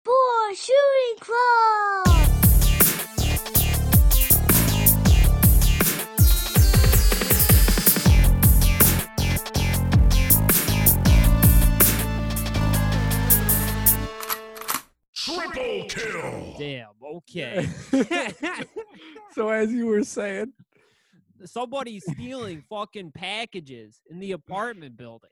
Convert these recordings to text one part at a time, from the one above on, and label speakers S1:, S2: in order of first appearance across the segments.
S1: Star Shooting Club!
S2: Triple kill.
S3: Damn. Okay.
S4: so as you were saying,
S3: Somebody's stealing fucking packages in the apartment building.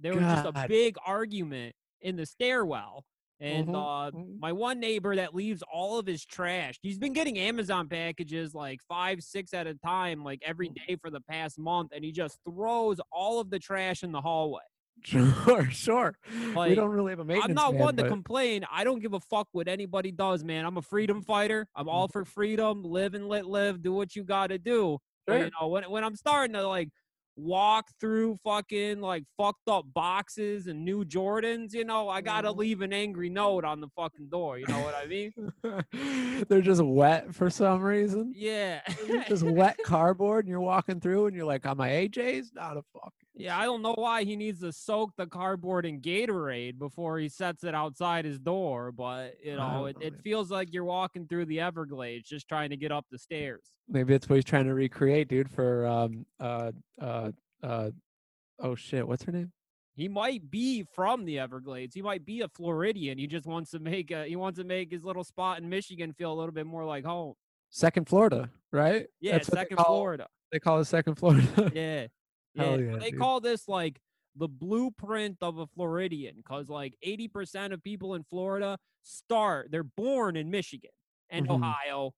S3: There was just a
S4: God.
S3: big argument in the stairwell. And uh,
S4: mhm.
S3: my one neighbor that leaves all of his trash, he's been getting Amazon packages like five, six at a time, like every
S4: Mm.
S3: day for the past month. And he just throws all of the trash in the hallway.
S4: sure, sure. we
S3: Like,
S4: don't really have a maintenance.
S3: I'm not
S4: man,
S3: one to
S4: but-
S3: complain. I don't give a fuck what anybody does, man. I'm a freedom fighter.
S4: Mm.
S3: I'm all for freedom. Live and let live. Do what you gotta do. But,
S4: Sure.
S3: You know, when when I'm starting to like walk through fucking like fucked up boxes and new Jordans, you know, I gotta
S4: Mhm.
S3: leave an angry note on the fucking door. You know what I mean?
S4: They're just wet for some reason.
S3: yeah.
S4: just wet cardboard, and you're walking through, and you're like, "On my AJ's, not a fuck."
S3: yeah, I don't know why he needs to soak the cardboard in Gatorade before he sets it outside his door, but you
S4: I
S3: know,
S4: don't
S3: it,
S4: know,
S3: it
S4: man.
S3: feels like you're walking through the Everglades just trying to get up the stairs.
S4: Maybe that's what he's trying to recreate, dude. For um, uh, uh, uh, oh shit, what's her name?
S3: He might be from the Everglades. He might be a Floridian. He just wants to make a, he wants to make his little spot in Michigan feel a little bit more like home.
S4: Second Florida, right?
S3: Yeah,
S4: That's what they
S3: second
S4: call-
S3: Florida.
S4: They call it Second Florida.
S3: Yeah.
S4: Hell
S3: yeah.
S4: yeah,
S3: They
S4: dude.
S3: call this like the blueprint of a Floridian because like 80% of people in Florida start, they're born in Michigan and
S4: Mhm.
S3: Ohio,
S4: Mm-hmm.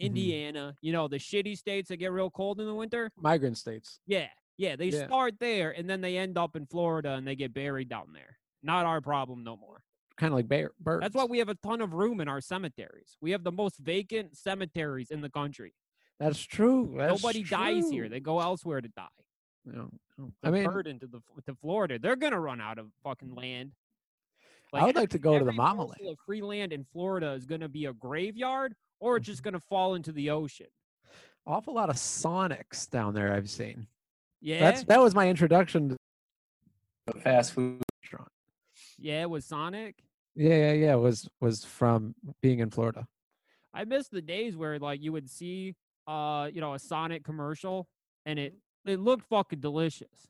S3: Indiana, you know, the shitty states that get real cold in the winter.
S4: Migrant states.
S3: Yeah. Yeah. They
S4: Yeah.
S3: start there and then they end up in Florida and they get buried down there. Not our problem no more.
S4: kind of like bear, birds.
S3: That's why we have a ton of room in our cemeteries. We have the most vacant cemeteries in the country.
S4: That's true. that's
S3: Nobody dies here.
S4: true.
S3: They go elsewhere to die.
S4: No, no.
S3: The
S4: I mean,
S3: burden to the to Florida. They're gonna run out of fucking land.
S4: I would like to go to the mama
S3: parcel Of free land in Florida is gonna be a graveyard, or it's
S4: Mm-hmm.
S3: just gonna fall into the ocean.
S4: Awful lot of Sonics down there. I've seen.
S3: Yeah,
S4: That's that was my introduction to
S2: The fast food.
S4: restaurant.
S3: yeah. It was Sonic.
S4: Yeah, yeah, yeah. Was was from being in Florida.
S3: I miss the days where like you would see, uh, you know, a Sonic commercial, and it it looked fucking delicious,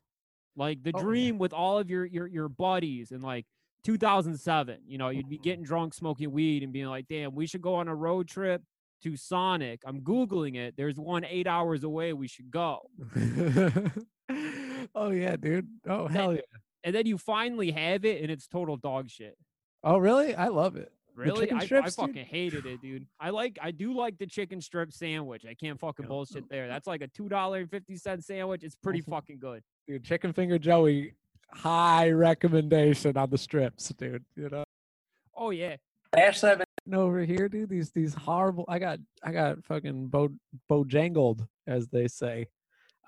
S3: like the
S4: Mm-hmm. Oh, yeah.
S3: dream with all of your your your buddies and like 2007. You know, you'd be
S4: Mhm.
S3: getting drunk, smoking weed, and being like, "Damn, we should go on a road trip to Sonic." I'm googling it. There's one eight hours away. We should go.
S4: oh yeah, dude. Oh hell yeah.
S3: And then you finally have it, and it's total dog shit.
S4: Oh really? I love it.
S3: Really,
S4: chicken
S3: I,
S4: strips,
S3: I
S4: dude?
S3: fucking hated it, dude. I like, I do like the chicken strip sandwich. I can't fucking
S4: Yeah,
S3: bullshit there. That's like a two dollar and fifty cent sandwich. It's pretty
S4: Mhm.
S3: fucking good.
S4: Dude, Chicken Finger Joey, high recommendation on the strips, dude. You know.
S3: Oh yeah,
S2: Ash seven.
S4: And over here, dude, these these horrible I got I got fucking bo bojangled, as they say,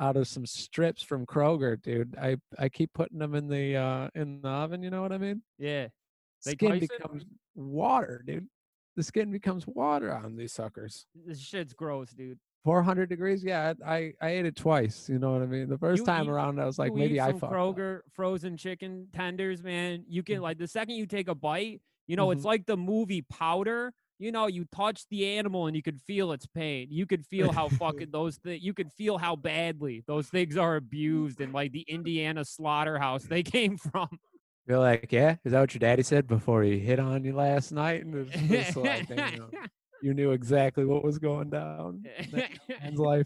S4: out of some strips from Kroger, dude. I I keep putting them in the uh in the oven, you know what I mean?
S3: yeah. Like
S4: skin
S3: Tyson?
S4: becomes water, dude. The skin becomes water on these suckers.
S3: This shit's gross, dude.
S4: 400 degrees. Yeah, I, I, I ate it twice. You know what I mean? The first
S3: You
S4: time
S3: eat-
S4: around, I was like,
S3: You
S4: maybe
S3: eat
S4: I
S3: some
S4: fucked. up. Mm-hmm.
S3: Kroger frozen chicken tenders, man. You can like the second you take a bite, you know, it's like the movie Powder. You know, you touch the animal and you could feel its pain. You could feel how fucking those things. You could feel how badly those things are abused and like the Indiana slaughterhouse they came from.
S4: You're like, yeah, is that what your daddy said before he hit on you last night? And it's just like, damn, you, knew exactly what was going down. in that man's life.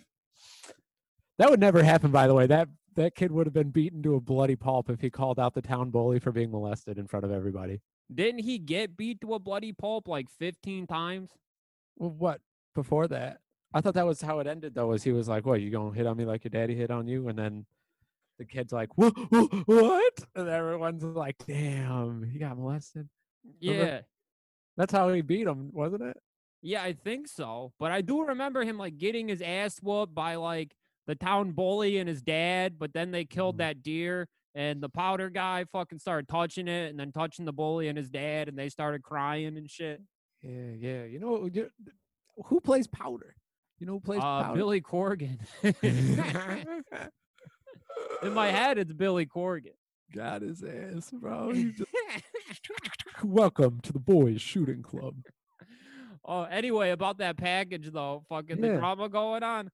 S4: That would never happen, by the way. That that kid would have been beaten to a bloody pulp if he called out the town bully for being molested in front of everybody.
S3: Didn't he get beat to a bloody pulp like 15 times?
S4: Well, what before that? I thought that was how it ended though. Was he was like, "What you gonna hit on me like your daddy hit on you?" And then the kid's like, "Wha- wha- "What?" And everyone's like, "Damn, he got molested." Remember?
S3: Yeah.
S4: That's how he beat him, wasn't it?
S3: Yeah, I think so. But I do remember him like getting his ass whooped by like the town bully and his dad, but then they killed
S4: Mhm.
S3: that deer and the powder guy fucking started touching it and then touching the bully and his dad and they started crying and shit.
S4: Yeah, yeah. You know what- you- who plays powder? You know who plays
S3: Uh,
S4: powder?
S3: Billy Corgan. In my head, it's Billy Corgan.
S4: got his ass, bro. He just- Welcome to the boys shooting club.
S3: oh, anyway, about that package though, fucking
S4: Yeah.
S3: the drama going on.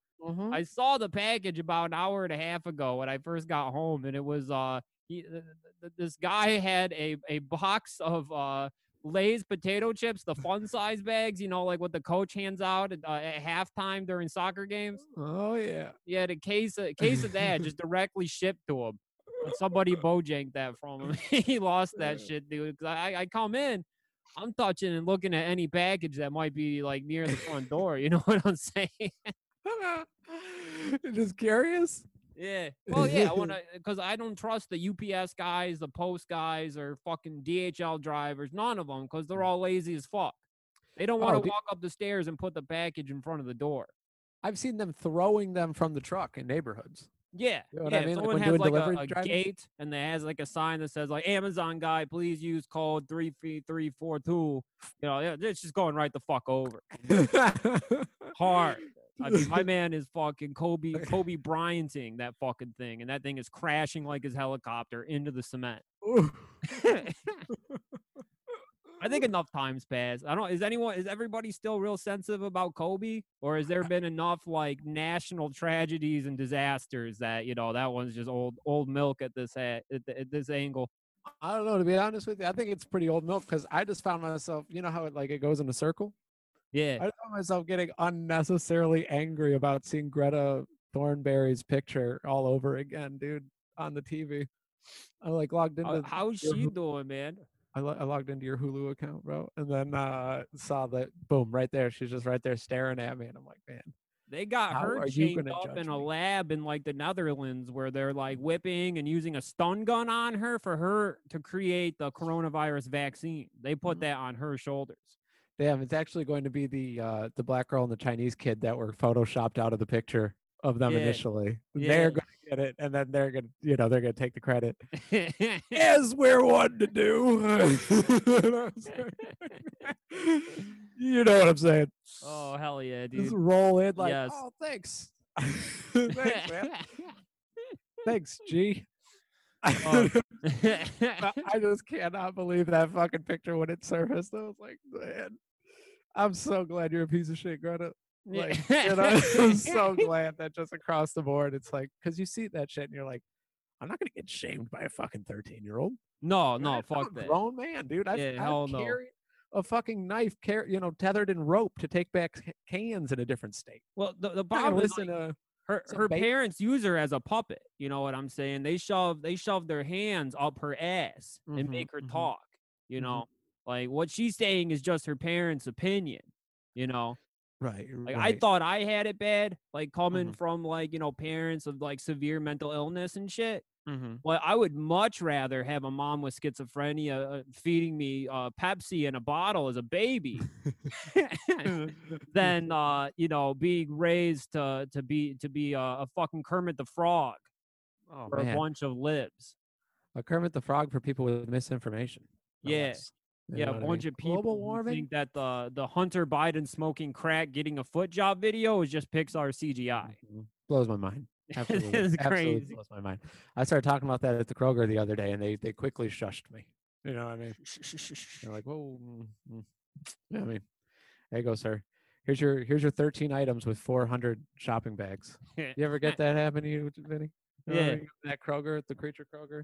S3: I saw the package about an hour and a half ago when I first got home, and it was uh, he, th- th- th- this guy had a a box of uh Lay's potato chips, the fun size bags, you know, like what the coach hands out at, uh, at halftime during soccer games.
S4: Oh yeah.
S3: He had a case of, case of that just directly shipped to him. But somebody bojanked that from him. he lost that shit, dude. 'cause I, I come in, I'm touching and looking at any package that might be like near the front door. You know what I'm saying?
S4: just curious.
S3: Yeah. Well, yeah, I want to because I don't trust the UPS guys, the post guys, or fucking DHL drivers. None of them because they're all lazy as fuck. They don't want
S4: Mm. Oh,
S3: to
S4: dude.
S3: walk up the stairs and put the package in front of the door.
S4: I've seen them throwing them from the truck in neighborhoods.
S3: Yeah,
S4: You know what I
S3: yeah. if
S4: mean? Like,
S3: someone
S4: when
S3: has
S4: doing
S3: like
S4: delivery
S3: a- a,
S4: drivers?
S3: gate and they has like a sign that says like Amazon guy, please use code three three three four two. You know, yeah, it's just going right the fuck over hard. I mean, my man is fucking Kobe Kobe Bryanting that fucking thing, and that thing is crashing like his helicopter into the cement. I think enough times passed. I don't. Is anyone? Is everybody still real sensitive about Kobe, or has there been enough like national tragedies and disasters that you know that one's just old old milk at this at, at, th- at this angle?
S4: I don't know. To be honest with you, I think it's pretty old milk because I just found myself. You know how it like it goes in a circle.
S3: Yeah,
S4: I just found myself getting unnecessarily angry about seeing Greta Thornberry's picture all over again, dude, on the TV. I like logged into
S3: Uh, How-
S4: th-
S3: how's
S4: your
S3: she
S4: Hulu-
S3: doing, man?
S4: I, lo- I logged into your Hulu account, bro, and then uh saw that boom right there. She's just right there staring at me, and I'm like, man,
S3: They got
S4: How
S3: her
S4: are you
S3: chained
S4: gonna
S3: up
S4: judge
S3: in a
S4: me?
S3: lab in like the Netherlands, where they're like whipping and using a stun gun on her for her to create the coronavirus vaccine. They put
S4: Mm-hmm.
S3: that on her shoulders.
S4: damn, it's actually going to be the uh the black girl and the Chinese kid that were photoshopped out of the picture of them
S3: Yeah.
S4: initially.
S3: Yeah.
S4: They're going to get it, and then they're going to, you know, they're going to take the credit.
S3: yeah,
S4: as we're one to do. And I was like, you know what I'm saying?
S3: Oh hell yeah,
S4: Just
S3: dude!
S4: roll in like,
S3: Yes.
S4: oh, thanks, thanks, man, thanks, G.
S3: Oh.
S4: Um, I I just cannot believe that fucking picture when it surfaced. I was like, man, I'm so glad you're a piece of shit, Greta. Like, you know, I'm so glad that just across the board, it's like, because you see that shit and you're like, I'm not gonna get shamed by a fucking 13 year old.
S3: Oh, no,
S4: Right?
S3: no,
S4: I'm
S3: fuck
S4: a
S3: that.
S4: Grown man, dude. I've,
S3: Yeah,
S4: I've
S3: hell no.
S4: carried a fucking knife, car- you know, tethered in rope to take back c- cans in a different state.
S3: Well, the, the
S4: I'm not gonna
S3: problem is
S4: listen
S3: like,
S4: to
S3: her
S4: some
S3: her
S4: bait.
S3: parents use her as a puppet. You know what I'm saying? They shove they shove their hands up her ass and
S4: Mhm,
S3: make her
S4: mhm.
S3: talk. You
S4: Mhm.
S3: know, like what she's saying is just her parents' opinion. You know,
S4: right.
S3: Like I thought I had it bad, like coming
S4: Mhm.
S3: from like, you know, parents of like severe mental illness and shit. But I would much rather have a mom with schizophrenia uh, feeding me uh, Pepsi in a bottle as a baby than uh, you know, being raised to to be to be a, a fucking Kermit the Frog
S4: oh,
S3: or a
S4: man.
S3: bunch of libs.
S4: a Kermit the Frog for people with misinformation. no
S3: Yeah.
S4: less. Oh, You
S3: Yeah,
S4: know
S3: a
S4: what I
S3: bunch
S4: mean?
S3: of people
S4: Global
S3: who
S4: warming.
S3: think that the the Hunter Biden smoking crack getting a foot job video is just Pixar CGI.
S4: Mhm. Blows my mind. Absolutely.
S3: is
S4: Absolutely
S3: crazy.
S4: blows my mind. I started talking about that at the Kroger the other day, and they they quickly shushed me. You know what I mean? They're like, whoa. mm, mm." You know what I mean, there you go, sir. Here's your here's your 13 items with 400 shopping bags. You ever get that happen to you, Vinny? You know what I
S3: Yeah.
S4: mean? That Kroger, the creature Kroger.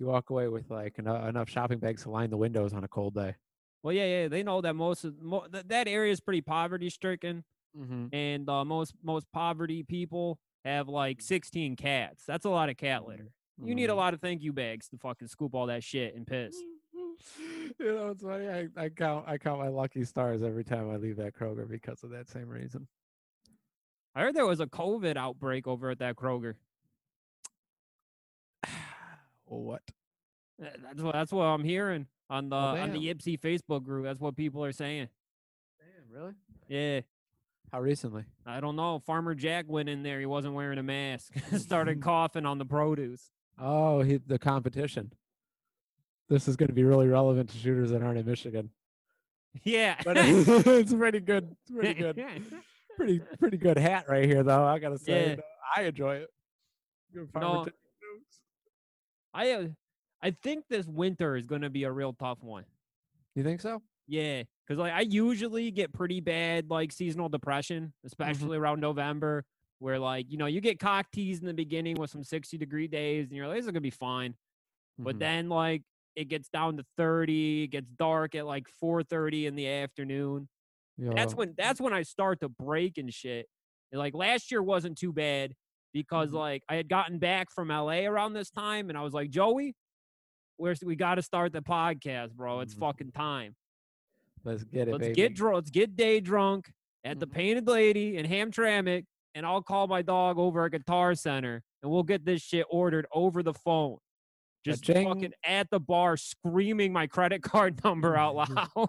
S4: You walk away with like enough, enough shopping bags to line the windows on a cold day.
S3: Well, yeah, yeah, they know that most of mo- th- that area is pretty poverty stricken,
S4: Mm-hmm.
S3: and uh, most most poverty people have
S4: Mm.
S3: like 16 cats. That's a lot of cat
S4: Mm-hmm.
S3: litter. You need a lot of thank you bags to fucking scoop all that shit and piss.
S4: You know, it's funny. I, I count I count my lucky stars every time I leave that Kroger because of that same reason.
S3: I heard there was a COVID outbreak over at that Kroger.
S4: what?
S3: Uh, That's what that's what I'm hearing on the
S4: Well,
S3: on the Ipsy Facebook group. That's what people are saying.
S4: Damn, really?
S3: Yeah,
S4: How recently?
S3: I don't know. Farmer Jack went in there. He wasn't wearing a mask. Started coughing on the produce.
S4: Oh, he, the competition. This is going to be really relevant to shooters that aren't in Michigan,
S3: Yeah.
S4: but it's pretty good. It's pretty good. Pretty pretty good hat right here, though. I gotta say,
S3: Yeah.
S4: though, I enjoy it. Good
S3: No,
S4: farmer Tim
S3: I uh, I think this winter is gonna be a real tough one.
S4: You think so?
S3: Yeah, because like I usually get pretty bad like seasonal depression, especially around November, where like you know you get cock teased in the beginning with some sixty degree days, and you're like, this is gonna be fine. But
S4: Mhm.
S3: then like it gets down to thirty, it gets dark at like four thirty in the afternoon. That's
S4: Yo,
S3: when that's when I start to break and shit. And, like last year wasn't too bad because
S4: Mhm.
S3: like I had gotten back from LA around this time, and I was like, Joey, where's we got to start the podcast, bro? It's
S4: Mhm.
S3: fucking time.
S4: let's get it.
S3: Let's
S4: baby.
S3: get drunk. Let's get day drunk at the
S4: Mhm.
S3: Painted Lady in Hamtramck, and I'll call my dog over at Guitar Center, and we'll get this shit ordered over the phone. Just fucking
S4: Ka-ching.
S3: at the bar, screaming my credit card number out loud.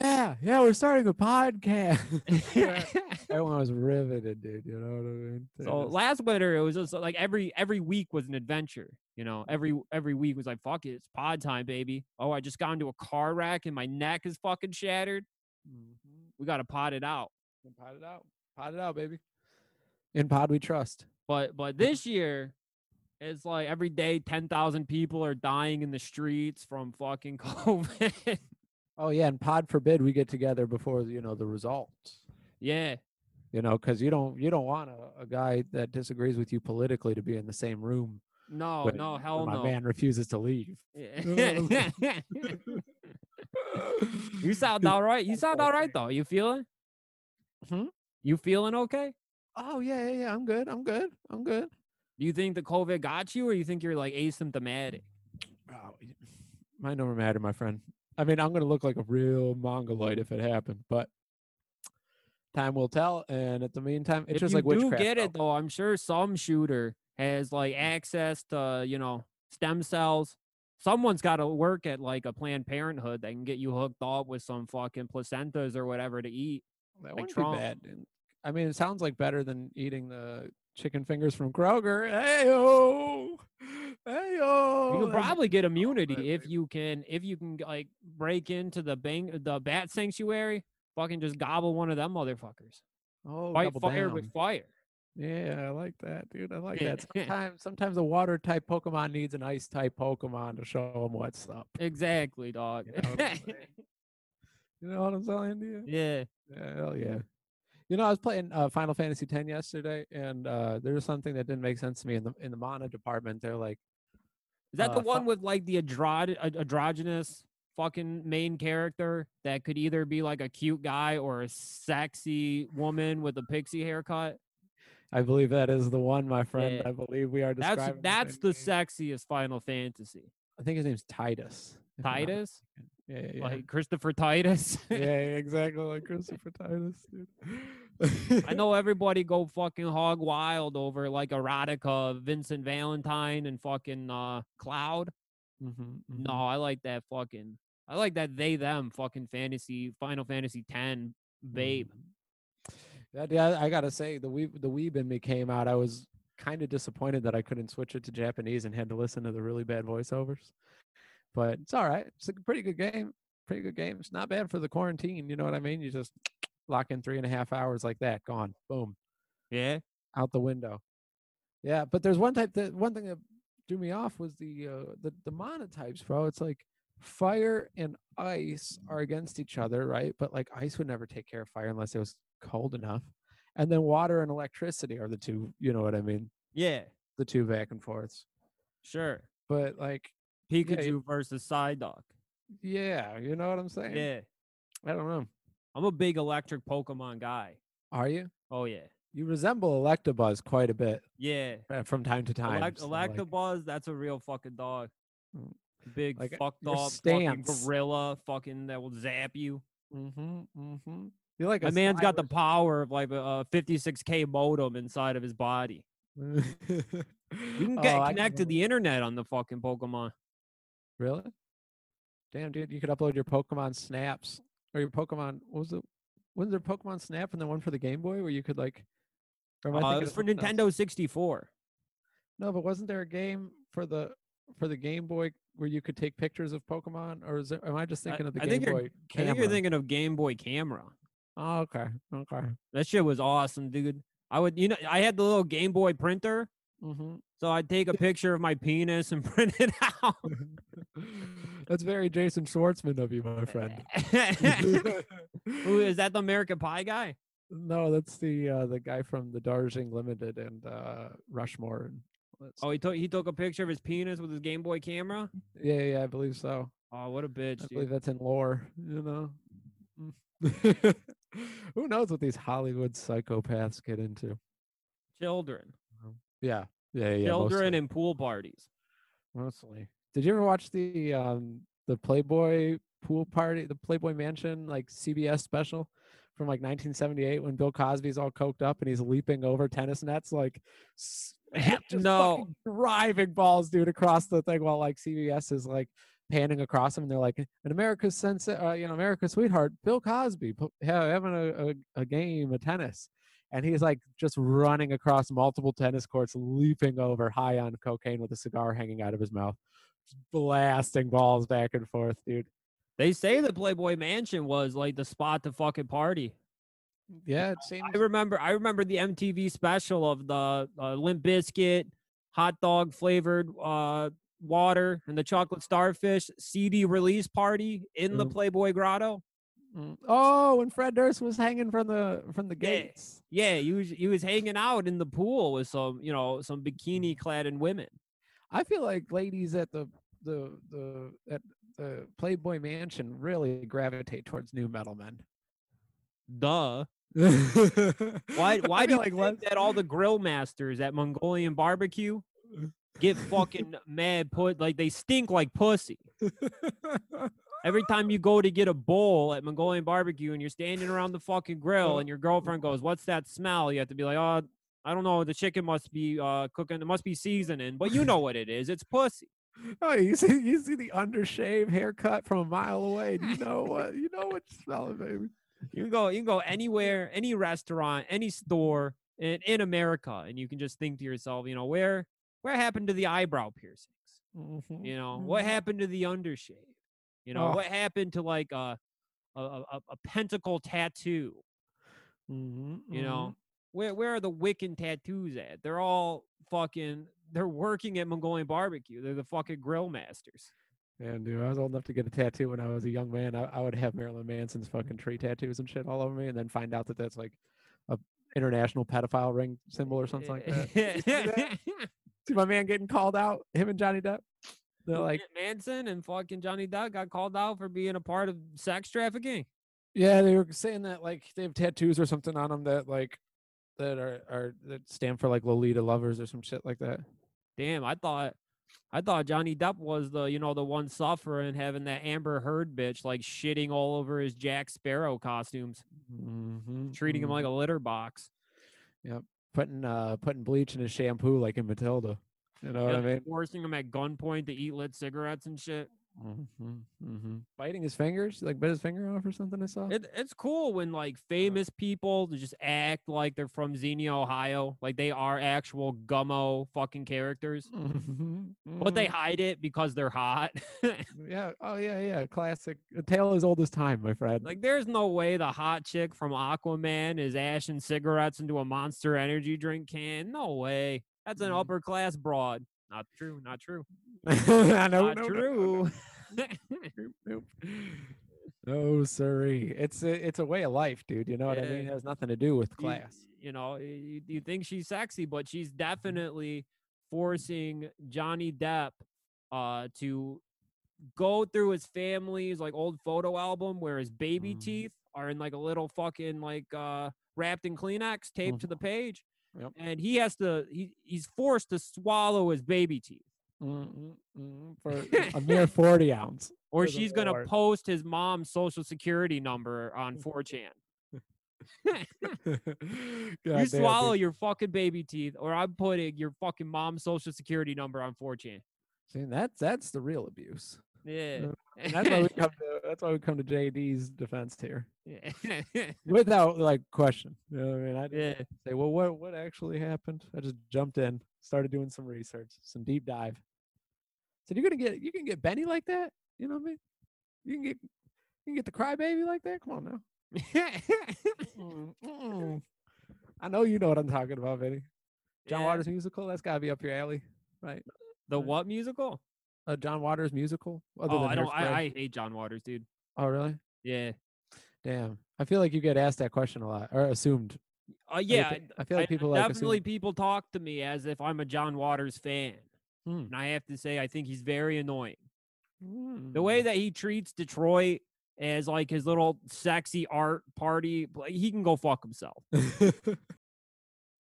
S4: yeah, yeah, we're starting a podcast. Yeah. Everyone was riveted, dude. You know what I mean? They
S3: so
S4: just-
S3: last winter, it was just like every every week was an adventure. You know, every every week was like, fuck it, it's pod time, baby. Oh, I just got into a car wreck and my neck is fucking shattered.
S4: Mhm.
S3: We got to pot it out.
S4: Then Pot it out. Pot it out, baby. In pod we trust.
S3: But but this year, it's like every day ten thousand people are dying in the streets from fucking COVID.
S4: Oh yeah, and pod forbid we get together before you know the results.
S3: yeah,
S4: You know, because you don't you don't want a, a guy that disagrees with you politically to be in the same room.
S3: no,
S4: when-
S3: no,
S4: when
S3: hell
S4: my
S3: no.
S4: man refuses to leave.
S3: Yeah. you sound all right. You sound all right though. You feeling?
S4: Hmm?
S3: You feeling okay?
S4: Oh yeah, yeah, yeah. I'm good. I'm good. I'm good.
S3: Do you think the COVID got you, or you think you're like asymptomatic?
S4: Oh, y- might never matter, my friend. I mean, I'm gonna look like a real mongoloid if it happened, but time will tell. And at the meantime, it's
S3: if
S4: just
S3: you
S4: like
S3: do
S4: witchcraft.
S3: get
S4: though.
S3: it though, I'm sure some shooter has like access to you know stem cells. Someone's got to work at like a Planned Parenthood that can get you hooked up with some fucking placentas or whatever to eat.
S4: That
S3: Like
S4: wouldn't
S3: Trump.
S4: be bad. dude. I mean, it sounds like better than eating the chicken fingers from Kroger. Hey oh, hey oh.
S3: you can probably get immunity if you can if you can like break into the bang the bat sanctuary. Fucking just gobble one of them motherfuckers.
S4: oh,
S3: Fight
S4: double
S3: fire
S4: down.
S3: with fire.
S4: Yeah, I like that, dude. I like
S3: Yeah.
S4: that. Sometimes, sometimes a water type Pokemon needs an ice type Pokemon to show them what's up.
S3: Exactly, dog.
S4: You know what I'm saying? You know what I'm saying to you?
S3: yeah.
S4: Yeah, hell yeah. You know, I was playing uh, Final Fantasy X yesterday, and uh, there was something that didn't make sense to me in the in the mana department. They're like,
S3: Is that the
S4: Uh, fu-
S3: one with like the androd- ad- androgynous fucking main character that could either be like a cute guy or a sexy woman with a pixie haircut?
S4: I believe that is the one, my friend.
S3: Yeah.
S4: I believe we are
S3: That's
S4: describing.
S3: that's
S4: same
S3: the
S4: game.
S3: sexiest Final Fantasy.
S4: I think his name's Titus. if I'm not-
S3: Titus,
S4: Yeah, yeah, yeah.
S3: like Christopher Titus.
S4: yeah, yeah, exactly. Like Christopher Titus, dude.
S3: I know everybody go fucking hog wild over like erotica, Vincent Valentine, and fucking uh, Cloud.
S4: Mhm, mhm.
S3: No, I like that fucking. I like that they them fucking fantasy Final Fantasy ten
S4: Mm-hmm.
S3: babe.
S4: Mhm. That, yeah, I gotta say the weeb the weeb in me came out. I was kind of disappointed that I couldn't switch it to Japanese and had to listen to the really bad voiceovers. But it's all right. It's a pretty good game. Pretty good game. It's not bad for the quarantine. You know what I mean? You just lock in three and a half hours like that. Gone. Boom.
S3: Yeah.
S4: Out the window. Yeah, but there's one type that one thing that threw me off was the uh, the the monotypes, bro. It's like fire and ice are against each other, right? But like ice would never take care of fire unless it was cold enough. And then water and electricity are the two, you know what I mean?
S3: Yeah.
S4: The two back and forths.
S3: Sure.
S4: But like,
S3: Pikachu versus Psyduck.
S4: yeah, you know what I'm saying?
S3: Yeah.
S4: I don't know.
S3: I'm a big electric Pokemon guy.
S4: Are you?
S3: Oh yeah.
S4: You resemble Electabuzz quite a bit
S3: Yeah.
S4: uh, from time to time.
S3: Elect-
S4: so, like,
S3: Electabuzz, that's a real fucking dog.
S4: Mm.
S3: Big
S4: Like,
S3: fucked
S4: your
S3: up fucking
S4: stance.
S3: gorilla fucking that will zap you.
S4: mhm, mhm. You're like
S3: My
S4: a
S3: man's got the
S4: Cyrus.
S3: power of like a, a 56k modem inside of his body.
S4: you
S3: You can get connect to the internet on the fucking Pokemon.
S4: Really? Damn, dude, you could upload your Pokemon snaps or your Pokemon. What was it? Wasn't there Pokemon Snap and then one for the Game Boy where you could like? or am I
S3: Uh, it
S4: thinking
S3: was
S4: of
S3: for
S4: something else?
S3: Nintendo 64.
S4: No, but wasn't there a game for the for the Game Boy where you could take pictures of Pokemon? Or is there, am I just
S3: I-
S4: thinking of the
S3: I
S4: Game
S3: think you're-
S4: Boy
S3: I
S4: camera?
S3: think you're thinking of Game Boy camera.
S4: oh, okay, okay.
S3: That shit was awesome, dude. I would, you know, I had the little Game Boy printer
S4: hmm
S3: So I'd take a picture of my penis and print it out.
S4: That's very Jason Schwartzman of you, my friend.
S3: Who is that? The American Pie guy?
S4: No, that's the uh, the guy from the Darjeeling Limited and uh, Rushmore. And all that
S3: Oh, he took he took a picture of his penis with his Game Boy camera.
S4: stuff. yeah, yeah, yeah, I believe so.
S3: Oh, what a bitch!
S4: I
S3: Dude.
S4: believe that's in lore. You know, Mm. who knows what these Hollywood psychopaths get into?
S3: Children,
S4: Yeah, yeah, yeah.
S3: children,
S4: mostly.
S3: and pool parties.
S4: mostly. Did you ever watch the um the Playboy pool party, the Playboy Mansion like CBS special from like 1978 when Bill Cosby's all coked up and he's leaping over tennis nets like s- just
S3: No.
S4: fucking driving balls dude across the thing while like CBS is like panning across him and they're like an America's sense uh, you know America's sweetheart Bill Cosby po- ha- having a, a, a game of tennis and he's like just running across multiple tennis courts leaping over high on cocaine with a cigar hanging out of his mouth just blasting balls back and forth dude
S3: They say the Playboy Mansion was like the spot to fucking party.
S4: yeah it seems
S3: I remember I remember the MTV special of the uh, Limp Biscuit hot dog flavored uh, water and the chocolate starfish CD release party in the
S4: Mm.
S3: Playboy Grotto.
S4: Mm. Oh, when Fred Durst was hanging from the from the gates.
S3: Yeah, he was he was hanging out in the pool with some you know some bikini clad in women.
S4: I feel like ladies at the the the at the Playboy Mansion really gravitate towards new metal men.
S3: Duh. Why
S4: why?
S3: why do you think
S4: les-
S3: that all the grill masters at Mongolian barbecue get fucking mad put like they stink like pussy. Every time you go to get a bowl at Mongolian barbecue and you're standing around the fucking grill and your girlfriend goes, What's that smell? You have to be like, Oh, I don't know. The chicken must be uh, cooking. It must be seasoning. But you know what it is. It's pussy.
S4: oh, you see you see the undershave haircut from a mile away. and You know what? You know what you smell it, baby.
S3: You can go, you can go anywhere, any restaurant, any store in, in America, and you can just think to yourself, you know, where where happened to the eyebrow piercings?
S4: Mhm.
S3: You know, what
S4: Mhm.
S3: happened to the undershave? You know,
S4: Oh.
S3: what happened to like a a, a, a- a pentacle tattoo?
S4: Mhm,
S3: you
S4: mhm.
S3: know where where are the wiccan tattoos at they're all fucking they're working at mongolian barbecue they're the fucking grill masters
S4: And dude, I was old enough to get a tattoo when I was a young man. I, I would have Marilyn Manson's fucking tree tattoos and shit all over me, and then find out that that's like a international pedophile ring symbol or something like that. that? See my man getting called out, him and Johnny Depp. They're like,
S3: manson and fucking johnny depp got called out for being a part of sex trafficking
S4: yeah, they were saying that like they have tattoos or something on them that like that are are that stand for like Lolita lovers or some shit like that.
S3: damn i thought i thought johnny depp was the you know the one suffering having that amber heard bitch like shitting all over his jack sparrow costumes
S4: Mm-hmm,
S3: treating him like a litter box
S4: putting uh putting bleach in his shampoo like in Matilda. You know what I
S3: and
S4: mean?
S3: forcing him at gunpoint to eat lit cigarettes and shit
S4: Mm-hmm, mm-hmm. Biting his fingers, like bit his finger off or something. I saw.
S3: It, it's cool when like
S4: Uh-huh.
S3: famous people just act like they're from Xenia, Ohio, like they are actual gummo fucking characters, but they hide it because they're hot.
S4: Mm-hmm, yeah, oh yeah, yeah, classic. A tale as old as time, my friend.
S3: like, there's no way the hot chick from Aquaman is ashing cigarettes into a monster energy drink can. No way. That's an
S4: Mm.
S3: upper class broad. Not true. Not true.
S4: I
S3: not true.
S4: Nope, nope. No, sorry. It's a, it's a way of life, dude. You know what I mean?
S3: Yeah.
S4: It has nothing to do with
S3: you-
S4: class. Mm-hmm.
S3: You, know, you, you think she's sexy, but she's definitely forcing Johnny Depp uh, to go through his family's like old photo album where his baby
S4: Mhm.
S3: teeth are in like a little fucking like uh, wrapped in Kleenex taped to the page.
S4: Mm-hmm. Yep.
S3: And he has to, he, he's forced to swallow his baby teeth.
S4: Mm,
S3: Mm-hmm,
S4: mm, mm, For a mere forty ounce.
S3: Or
S4: For the
S3: she's going to
S4: Lord.
S3: post his mom's social security number on 4chan. you swallow your fucking baby teeth, or I'm putting your fucking mom's social security number on 4chan.
S4: See, that's that's the real abuse.
S3: Yeah.
S4: Mm, And that's why we come to that's why we come to JD's defense here.
S3: yeah.
S4: without like question. You know what I mean? I didn't
S3: yeah.
S4: say, well, what what actually happened? I just jumped in, started doing some research, some deep dive. Said you're gonna get you can get Benny like that. You know what I mean? You can get you can get the crybaby like that. Come on now. Mm-mm, mm-mm. I know you know what I'm talking about, Benny. John
S3: Yeah.
S4: Waters musical? That's got to be up your alley, right?
S3: The
S4: Right.
S3: what musical?
S4: A John Waters musical? Other
S3: oh,
S4: than
S3: I don't.
S4: Hairspray.
S3: I, I hate John Waters, dude.
S4: oh, really?
S3: Yeah.
S4: Damn. I feel like you get asked that question a lot or assumed.
S3: Uh,
S4: Like,
S3: yeah.
S4: I- I feel like
S3: I-
S4: people like
S3: definitely
S4: assume,
S3: people talk to me as if I'm a John Waters fan,
S4: Hmm.
S3: and I have to say I think he's very annoying. The
S4: "Hmm,
S3: way that he treats Detroit as like his little sexy art party, like, he can go fuck himself.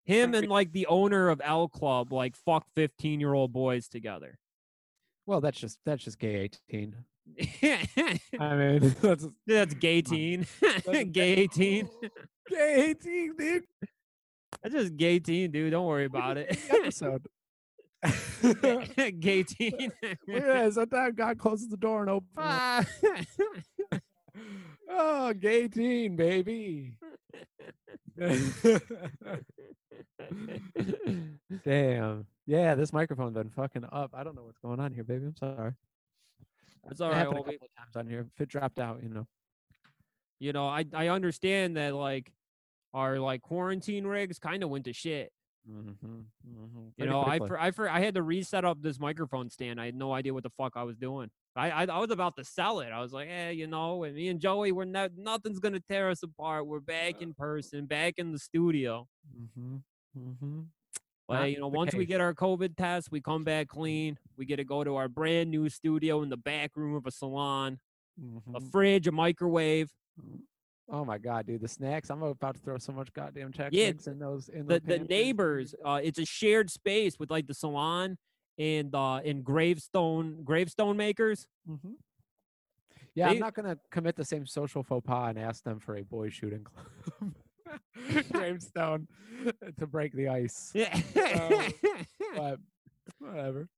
S3: Him and like the owner of L Club, like fuck fifteen year old boys together.
S4: well, that's just that's just gay eighteen. I mean, that's
S3: That's gay teen,
S4: That's-
S3: gay eighteen.
S4: gay eighteen, dude.
S3: That's just gay teen, dude. Don't worry about it.
S4: Episode. yeah,
S3: gay teen.
S4: sometimes God closes the door and opens. it.
S3: Ah.
S4: Oh, gay teen, baby. Damn. Yeah, this microphone's been fucking up. I don't know what's going on here, baby. I'm sorry.
S3: That's all
S4: it
S3: right.
S4: happened a
S3: Obi.
S4: couple of times on here. If it dropped out, you know.
S3: You know, I I understand that like our like quarantine rigs kind of went to shit.
S4: Mm-hmm,
S3: You know, I for, I for, I had to reset up this microphone stand. I had no idea what the fuck I was doing. I, I I was about to sell it. I was like, eh, you know, and me and Joey, we're not nothing's gonna tear us apart. We're
S4: Uh.
S3: back in person, back in the studio.
S4: hmm hmm Not
S3: Like, you know,
S4: the
S3: once we
S4: case.
S3: get our COVID test, we come back clean. We get to go to our brand new studio in the back room of a salon, a
S4: mm-hmm. Mm.
S3: fridge, a microwave.
S4: Oh my god, dude, the snacks! I'm about to throw so much goddamn check
S3: Yeah,
S4: mix in those. In
S3: The
S4: those
S3: the
S4: pantries,
S3: neighbors, uh, it's a shared space with like the salon and uh and gravestone gravestone makers.
S4: dude. Mhm. Yeah,
S3: They-
S4: I'm not gonna commit the same social faux pas and ask them for a boy shooting club. Gravestone to break the ice,
S3: Yeah.
S4: Oh. but whatever.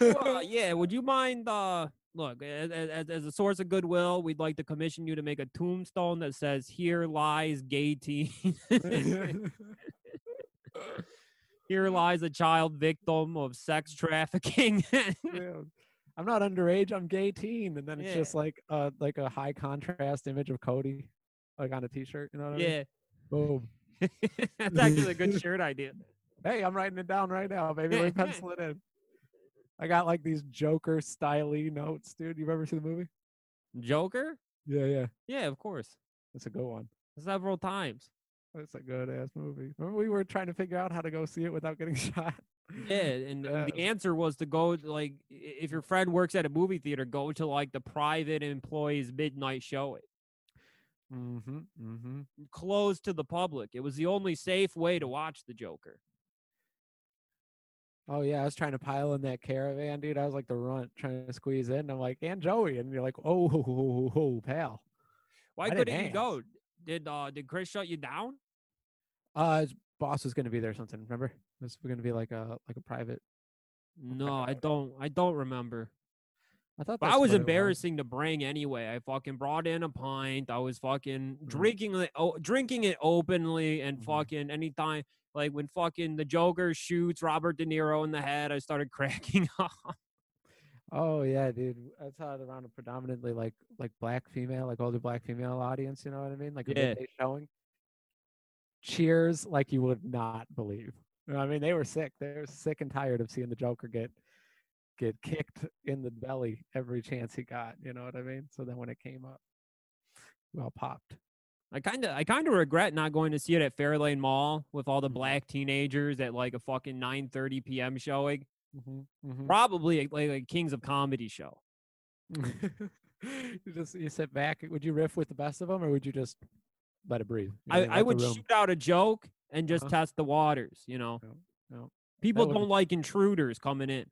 S3: well, yeah. Would you mind? Uh, look, as, as, as a source of goodwill, we'd like to commission you to make a tombstone that says "Here lies gay teen, here lies a child victim of sex trafficking."
S4: Dude, I'm not underage. I'm gay teen, and then it's
S3: Yeah.
S4: just like uh like a high contrast image of Cody, like on a t-shirt. You know what I mean?
S3: yeah,
S4: Boom.
S3: that's actually a good shirt idea.
S4: Hey, I'm writing it down right now, baby. Let me pencil it in. I got like these Joker styly notes, dude. You ever see the movie?
S3: Joker?
S4: Yeah, yeah.
S3: Yeah, of course.
S4: That's a good one.
S3: Several times.
S4: That's a good ass movie. Remember we were trying to figure out how to go see it without getting shot.
S3: Yeah, and, and the
S4: Yes.
S3: answer was to go to, like i- if your friend works at a movie theater, go to like the private employees midnight showing.
S4: Mm-hmm. Mm-hmm.
S3: closed to the public. It was the only safe way to watch the Joker.
S4: Oh yeah, I was trying to pile in that caravan, dude. I was like the runt trying to squeeze in. I'm like, and Joey, and you're like, oh, ho, ho, ho, ho, ho, pal.
S3: Why
S4: I didn't
S3: couldn't you
S4: ask.
S3: go? Did uh did Chris shut you down?
S4: Uh, his boss was gonna be there or something. Remember, this was gonna be like a like a private.
S3: No, I don't. I don't remember.
S4: I thought
S3: But I
S4: that's
S3: was
S4: what it
S3: embarrassing to bring anyway. I fucking brought in a pint. I was fucking drinking it, o- drinking it openly, and
S4: Mhm.
S3: fucking anytime. Like when fucking the Joker shoots Robert De Niro in the head, I started cracking up.
S4: Oh yeah, dude. I taught around a predominantly like like black female, like older black female audience. You know what I mean? Like a
S3: Yeah.
S4: midday showing. Cheers, like you would not believe. You know what I mean, they were sick. They were sick and tired of seeing the Joker get get kicked in the belly every chance he got. You know what I mean? So then when it came up, we all popped.
S3: I kind of I kind of regret not going to see it at Fairlane Mall with all the
S4: Mhm.
S3: black teenagers at like a fucking 9:30 p.m. showing.
S4: Mm-hmm, mm-hmm.
S3: probably a- like a Kings of Comedy show.
S4: you just you sit back. Would you riff with the best of them, or would you just let it breathe? You know what
S3: I,
S4: mean?
S3: I
S4: Let the
S3: would
S4: room-
S3: shoot out a joke and just
S4: Uh-huh.
S3: test the waters. You know,
S4: No, no.
S3: people
S4: would- Uh-huh.
S3: don't like intruders coming in.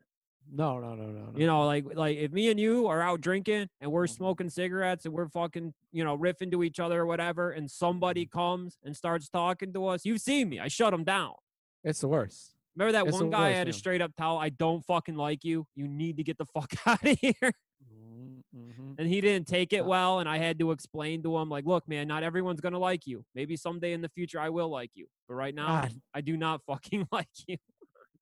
S4: No, no, no, no, no.
S3: You know, like like if me and you are out drinking and we're
S4: Mhm.
S3: smoking cigarettes and we're fucking you know riffing to each other or whatever, and somebody
S4: Mm-hmm.
S3: comes and starts talking to us, you've seen me. I shut them down.
S4: It's the worst.
S3: Remember that
S4: It's the
S3: one guy
S4: worst,
S3: had a
S4: yeah.
S3: straight up towel. I don't fucking like you. You need to get the fuck out of here.
S4: Mm-hmm,
S3: and he didn't take it
S4: Uh,
S3: well and i had to explain to him like look man not everyone's gonna like you maybe someday in the future i will like you but right now
S4: God,
S3: i do not fucking like you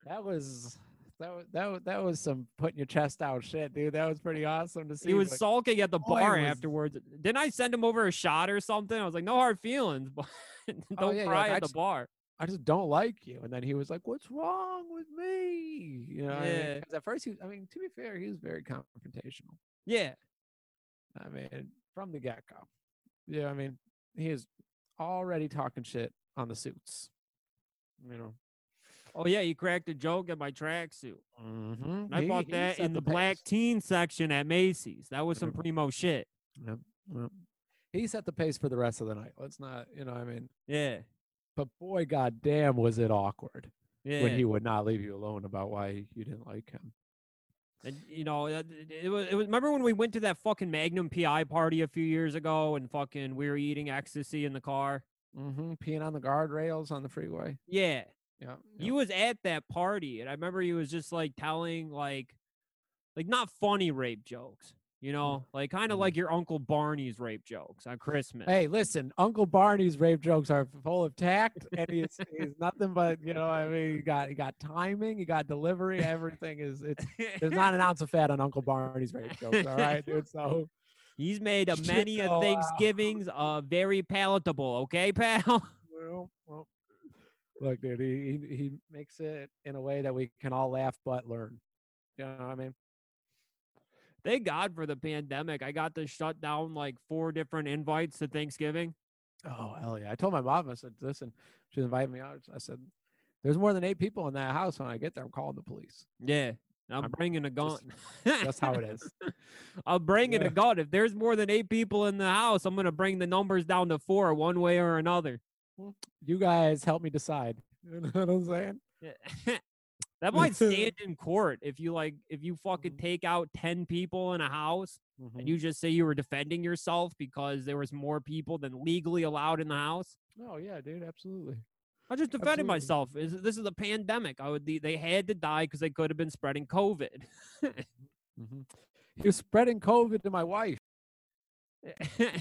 S4: that was that was that was, that was some putting your chest out shit, dude. That was pretty awesome to see.
S3: he was
S4: but
S3: sulking at the
S4: boy,
S3: bar
S4: Oh, was-
S3: afterwards didn't i send him over a shot or something i was like no hard feelings but don't
S4: Oh, yeah, you're
S3: cry
S4: like,
S3: at
S4: "I
S3: the
S4: just-
S3: bar
S4: I just don't like you. And then he was like, What's wrong with me? You know, what I mean?
S3: Yeah.
S4: 'Cause at first he was, I mean, to be fair, he was very confrontational.
S3: Yeah.
S4: I mean, from the get go. Yeah, I mean, he is already talking shit on the suits. You know.
S3: Oh yeah, you cracked a joke at my tracksuit.
S4: Mm-hmm.
S3: I bought that in the, black teen section at Macy's. That was some
S4: Mhm.
S3: primo shit.
S4: He set the pace for the rest of the night. Let's not, you know, I mean,
S3: Yeah.
S4: but boy, goddamn, was it awkward
S3: Yeah.
S4: when he would not leave you alone about why you didn't like him.
S3: And, you know, that- it was, it was. Remember when we went to that fucking Magnum PI party a few years ago, and fucking we were eating ecstasy in the car.
S4: Mm-hmm. Peeing on the guardrails on the freeway.
S3: Yeah,
S4: Yeah.
S3: he was at that party, and I remember he was just like telling like, like not funny rape jokes. You know, like kind of
S4: Mhm.
S3: like your Uncle Barney's rape jokes on Christmas.
S4: Hey, listen, Uncle Barney's rape jokes are full of tact, and he's, he's nothing but you know. I mean, you got you got timing, you got delivery. Everything is it's there's not an ounce of fat on Uncle Barney's rape jokes. All right, dude. So
S3: He's made a
S4: Shit,
S3: many a
S4: oh, wow.
S3: Thanksgivings uh very palatable. Okay, pal.
S4: well, well, look, dude, he, he he makes it in a way that we can all laugh but learn. You know what I mean?
S3: Thank God for the pandemic. I got to shut down like four different invites to Thanksgiving.
S4: Oh hell yeah! I told my mom. I said, listen, she invited me out. I said, there's more than eight people in that house. When I get there, I'm calling the police.
S3: Yeah. I'm
S4: I'm
S3: bringing a gun.
S4: just- That's how it is.
S3: I'm bringing
S4: Yeah.
S3: a gun. If there's more than eight people in the house, I'm gonna bring the numbers down to four one way or another.
S4: you guys help me decide. You know what I'm saying?
S3: Yeah. that might stand in court if you like if you fucking
S4: Mhm.
S3: take out ten people in a house
S4: Mm-hmm.
S3: and you just say you were defending yourself because there was more people than legally allowed in the house.
S4: oh yeah, dude, absolutely.
S3: I just defended
S4: Absolutely.
S3: myself. Is this is a pandemic? I would they, they had to die because they could have been spreading COVID.
S4: Mm-hmm. He was spreading COVID to my wife.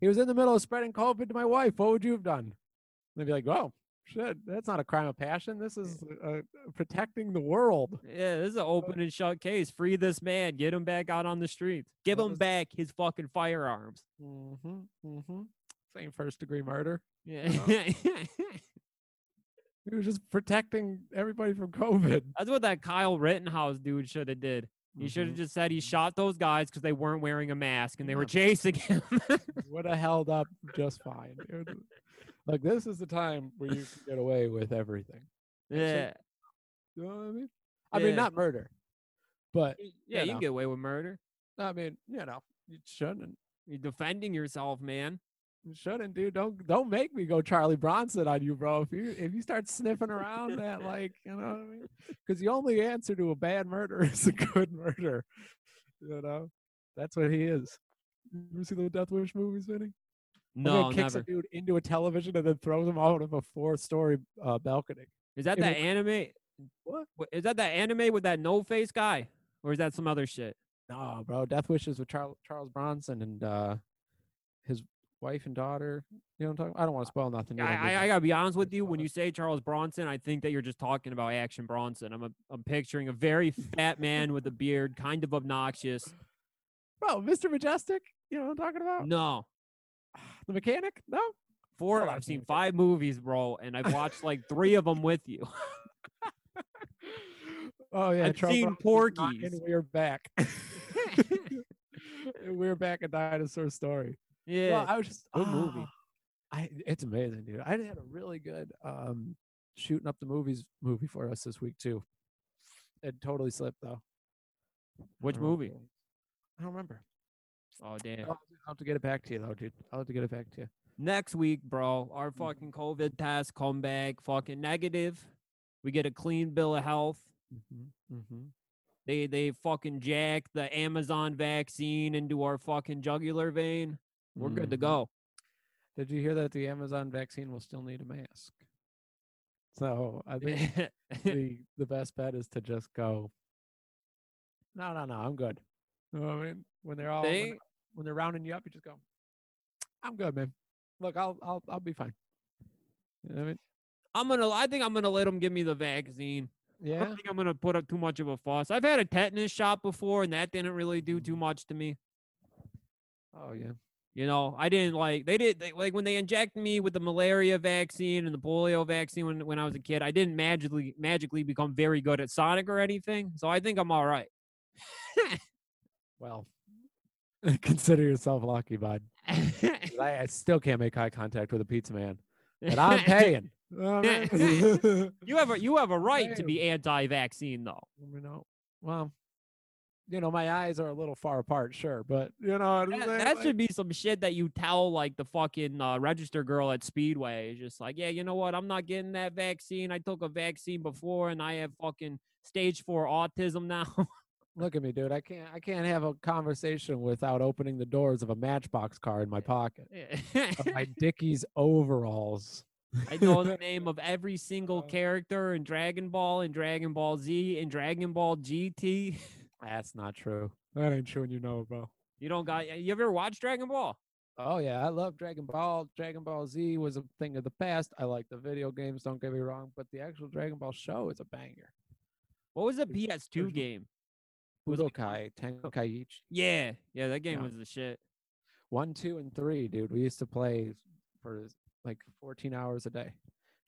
S4: He was in the middle of spreading COVID to my wife. What would you have done? And they'd be like, "Oh shit, that's not a crime of passion. This is uh, protecting the world."
S3: yeah, this is an open and shut case. Free this man. Get him back out on the streets. Give
S4: That
S3: him
S4: was-
S3: back his fucking firearms.
S4: Mm-hmm, mm-hmm. Same first degree murder.
S3: Yeah.
S4: Uh-huh. He was just protecting everybody from COVID.
S3: That's what that Kyle Rittenhouse dude should have did. He should have just said he shot those guys because they weren't wearing a mask and they were
S4: Mm-hmm. Yeah.
S3: chasing him.
S4: would have held up just fine. dude. Like this is the time where you can get away with everything.
S3: yeah.
S4: You know what I mean? I mean,
S3: Yeah.
S4: not murder, but
S3: Yeah, you
S4: know.
S3: can get away with murder.
S4: I mean, you know, you shouldn't,
S3: You're defending yourself, man.
S4: you shouldn't, dude. Don't, don't make me go Charlie Bronson on you, bro. If you, if you start sniffing around that, like, you know what I mean? Because the only answer to a bad murder is a good murder. You know, that's what he is. You ever see the Death Wish movies, Vinny? One guy
S3: No,
S4: kicks
S3: never.
S4: a dude into a television and then throws him out of a four-story uh, balcony.
S3: Is that
S4: It
S3: that
S4: was-
S3: anime?
S4: What?
S3: Wha- Is that that anime with that no face guy, or is that some other shit?
S4: No, bro. Death Wishes with Charles Charles Bronson and uh his wife and daughter. You know what I'm talking about? I don't want to spoil nothing. you don't
S3: Uh, I,
S4: need
S3: I,
S4: to.
S3: I gotta be honest with
S4: Good
S3: you. When
S4: God.
S3: you say Charles Bronson, I think that you're just talking about Action Bronson. I'm a, I'm picturing a very fat man with a beard, kind of obnoxious.
S4: Bro, Mr. Majestic? You know what I'm talking about?
S3: No,
S4: The mechanic? No.
S3: four.
S4: Hold on,
S3: I've seen
S4: dude.
S3: five movies, bro, and I've watched like three of them with you.
S4: Oh yeah,
S3: I've
S4: Charles
S3: seen
S4: Bronson's not in
S3: Porky's.
S4: We're back. We're back a dinosaur story.
S3: Yeah,
S4: No, I was just
S3: good movie.
S4: ah, I it's amazing, dude. I had a really good um shooting up the movies movie for us this week too. It totally slipped though.
S3: which
S4: I don't
S3: movie?
S4: remember. Oh, I don't remember.
S3: Oh damn.
S4: I'll, I'll have to get it back to you though, dude. I'll have to get it back to you.
S3: Next week, bro, our fucking COVID test come back fucking negative. We get a clean bill of health.
S4: Mm-hmm. Mm-hmm.
S3: They they fucking jack the Amazon vaccine into our fucking jugular vein. We're good
S4: mm-hmm.
S3: to go.
S4: Did you hear that the Amazon vaccine will still need a mask? So I think the the best bet is to just go. No, no, no. I'm good. You know what I mean? When they're all when
S3: They-
S4: they're, when they're rounding you up, you just go. I'm good, man. Look, I'll I'll I'll be fine. You know what I mean?
S3: I'm gonna. I think I'm gonna let them give me the vaccine. I
S4: Yeah.
S3: don't think I'm gonna put up too much of a fuss. I've
S4: Mm.
S3: had a tetanus shot before, and that didn't really do too much to me.
S4: Oh yeah.
S3: You know, I didn't like they did they, like when they injected me with the malaria vaccine and the polio vaccine when, when I was a kid. I didn't magically magically become very good at Sonic or anything, so I think I'm all right.
S4: Well, consider yourself lucky, bud. 'cause I, I still can't make eye contact with a pizza man, and I'm paying. Oh, man. Let
S3: you have a you have a right to
S4: Hey.
S3: be anti-vaccine though.
S4: me know. Well, you know my eyes are a little far apart, sure, but you know what I'm
S3: That,
S4: saying?
S3: that
S4: Like,
S3: should be some shit that you tell like the fucking uh, register girl at Speedway. It's just like, yeah, you know what? I'm not getting that vaccine. I took a vaccine before, and I have fucking stage four autism now.
S4: Look at me, dude. I can't. I can't have a conversation without opening the doors of a Matchbox car in my pocket. Of my Dickies overalls.
S3: I know the name of every single
S4: Uh,
S3: character in Dragon Ball and Dragon Ball Z and Dragon Ball GT.
S4: That's not true. That ain't true, and you know it, bro.
S3: You don't got. You ever watch Dragon Ball?
S4: Oh yeah, I love Dragon Ball. Dragon Ball Z was a thing of the past. I like the video games, don't get me wrong, but the actual Dragon Ball show is a banger.
S3: What was a PS2
S4: original.
S3: game? Was it- Oh.
S4: Budokai Tenkaichi
S3: Yeah, yeah, that game
S4: Yeah.
S3: was the shit.
S4: 1, 2 and 3, dude. We used to play for like 14 hours a day.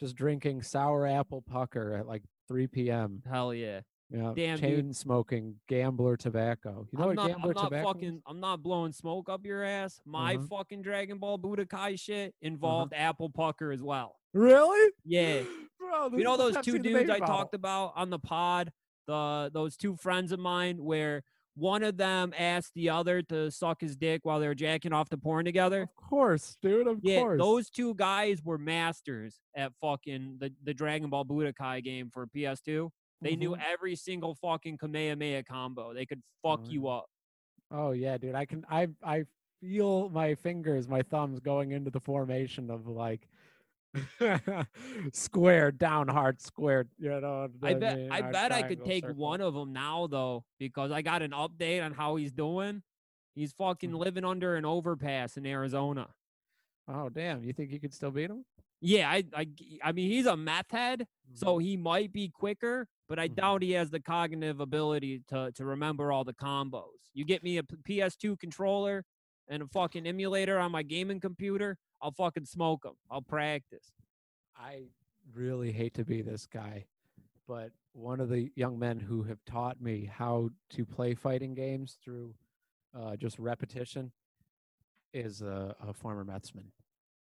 S4: Just drinking sour apple pucker at like 3 p.m.
S3: Hell yeah.
S4: You know,
S3: Damn, dude.
S4: chain smoking gambler tobacco. You know
S3: I'm
S4: what
S3: not,
S4: gambler
S3: I'm not
S4: tobacco is?
S3: fucking. I'm not blowing smoke up your ass. My
S4: Uh-huh.
S3: fucking Dragon Ball Budokai shit involved Apple Pucker as well.
S4: Really?
S3: Yeah,
S4: Bro, this
S3: you know
S4: is
S3: those
S4: Pepsi
S3: two
S4: in the
S3: dudes I
S4: baby bottle.
S3: talked about on the pod. The those two friends of mine, where one of them asked the other to suck his dick while they were jacking off the porn together.
S4: Of course, dude. Of
S3: Yeah,
S4: course.
S3: those two guys were masters at fucking the, the Dragon Ball Budokai game for PS2. They knew
S4: Mhm.
S3: every single fucking Kamehameha combo. They could fuck
S4: Oh,
S3: you up. e
S4: Oh yeah, dude. I can I I feel my fingers, my thumbs going into the formation of like square down hard square. You know,
S3: I
S4: the-
S3: bet
S4: the,
S3: I
S4: uh,
S3: bet I could
S4: triangle,
S3: take
S4: circle.
S3: one of them now though because I got an update on how he's doing. He's fucking
S4: Mhm.
S3: living under an overpass in Arizona.
S4: Oh damn, you think you could still beat him?
S3: Yeah, I I g- I mean he's a meth head,
S4: Mm-hmm.
S3: so he might be quicker, but I
S4: Mhm.
S3: doubt he has the cognitive ability to to remember all the combos. You get me a p- PS2 controller and a fucking emulator on my gaming computer, I'll fucking smoke him. I'll practice.
S4: I really hate to be this guy, but one of the young men who have taught me how to play fighting games through uh, just repetition is a, a former Metsman.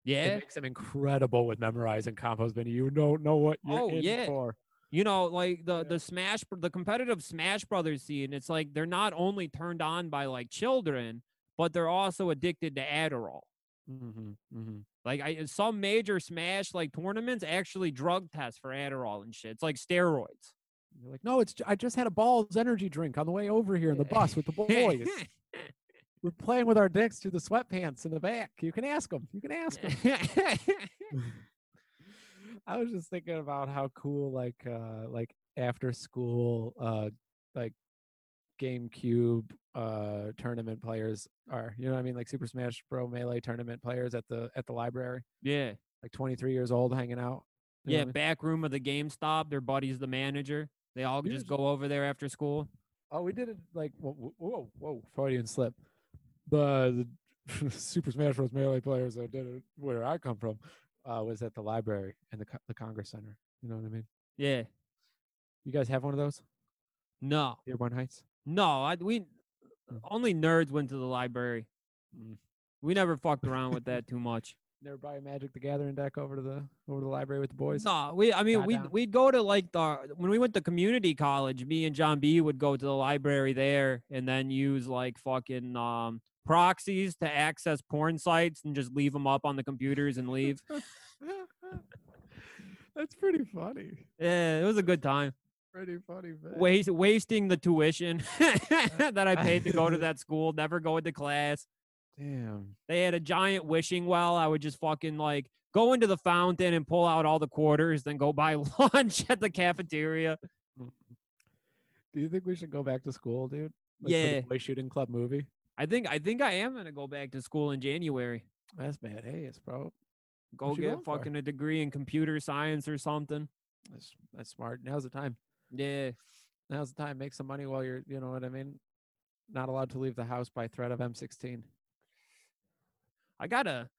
S4: It
S3: Yeah.
S4: makes him incredible with memorizing combos, Benny. You don't know what you're
S3: Oh,
S4: in
S3: yeah.
S4: for.
S3: You know, like the
S4: Yeah.
S3: the Smash, Bro- the competitive Smash Brothers scene. It's like they're not only turned on by like children, but they're also addicted to Adderall.
S4: Mm-hmm, mm-hmm.
S3: Like I, in some major Smash like tournaments actually drug test for Adderall and shit. It's like steroids.
S4: You're like, no, it's j- I just had a Ball's energy drink on the way over here in the bus with the boys. We're playing with our dicks through the sweatpants in the back. You can ask them. You can ask them. I was just thinking about how cool, like, uh, like after school, uh, like GameCube uh tournament players are. You know what I mean? Like Super Smash Bro Melee tournament players at the at the library,
S3: yeah,
S4: like 23 years old, hanging out. You know what
S3: yeah.
S4: I mean?
S3: Back room of the GameStop. Their buddy's the manager. They all just
S4: Here's-
S3: go over there after school.
S4: Oh, we did it like whoa, whoa, whoa Freudian slip. The, the Super Smash Bros. Melee players that did it where I come from uh, was at the library and the co- the Congress Center. You know what I mean?
S3: Yeah.
S4: You guys have one of those?
S3: No,
S4: Dearborn Heights.
S3: no. I, we only nerds went to the library.
S4: Mm.
S3: We never fucked around with that too much.
S4: Never buy a Magic the Gathering deck over to the over to the library with the boys.
S3: No, we. I mean,
S4: Got
S3: we
S4: down.
S3: we'd go to like the when we went to community college. Me and John B would go to the library there, and then use like fucking um, proxies to access porn sites and just leave them up on the computers and leave.
S4: That's pretty funny.
S3: yeah, it was a good time.
S4: Pretty funny. Man.
S3: Waste, wasting the tuition that I paid to go to that school. Never going to class.
S4: Damn.
S3: They had a giant wishing well. I would just fucking like go into the fountain and pull out all the quarters, then go buy lunch at the cafeteria.
S4: Do you think we should go back to school, dude? Like For
S3: Yeah.
S4: the boy shooting club movie.
S3: I think I think I am gonna go back to school in January.
S4: That's badass, bro.
S3: Go
S4: What you
S3: get
S4: going for?
S3: fucking a degree in computer science or something.
S4: That's that's smart. Now's the time.
S3: Yeah.
S4: Now's the time. Make some money while you're, you know what I mean? Not allowed to leave the house by threat of M16.
S3: I gotta,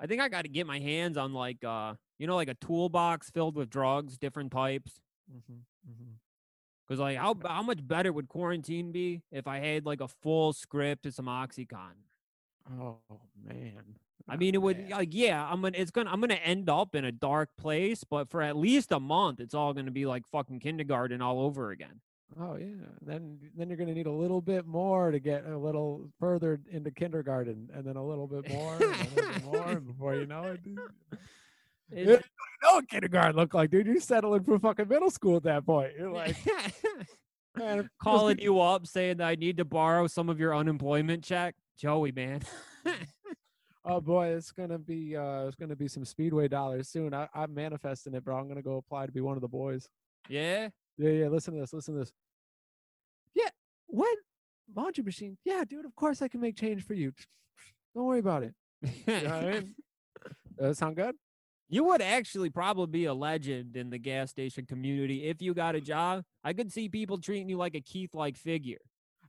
S3: I think I gotta get my hands on like, uh, you know, like a toolbox filled with drugs, different types. Mm-hmm, Cause like, how b- how much better would quarantine be if I had like a full script and some OxyContin?
S4: Oh man.
S3: I mean, it would like, yeah, I'm gonna, it's gonna, I'm gonna end up in a dark place, but for at least a month, it's all gonna be like fucking kindergarten all over again.
S4: Oh yeah. Then then you're gonna need a little bit more to get a little further into kindergarten, and then a little bit more, and a little bit more, and before you know it. dude, you know.
S3: It-
S4: Yeah, you know what kindergarten looked like, dude. You're settling for fucking middle school at that point. You're like, man, if middle
S3: calling you up saying that I need to borrow some of your unemployment check, Joey, man.
S4: Oh boy, it's gonna be uh, it's gonna be some speedway dollars soon. I, I'm manifesting it, bro. I'm gonna go apply to be one of the boys.
S3: yeah,
S4: Yeah, yeah. Listen to this. Listen to this. Yeah, what laundry machine? Yeah, dude. Of course I can make change for you. Don't worry about it. You know what I mean? Does that sound good?
S3: you would actually probably be a legend in the gas station community if you got a job. I could see people treating you like a Keith-like figure.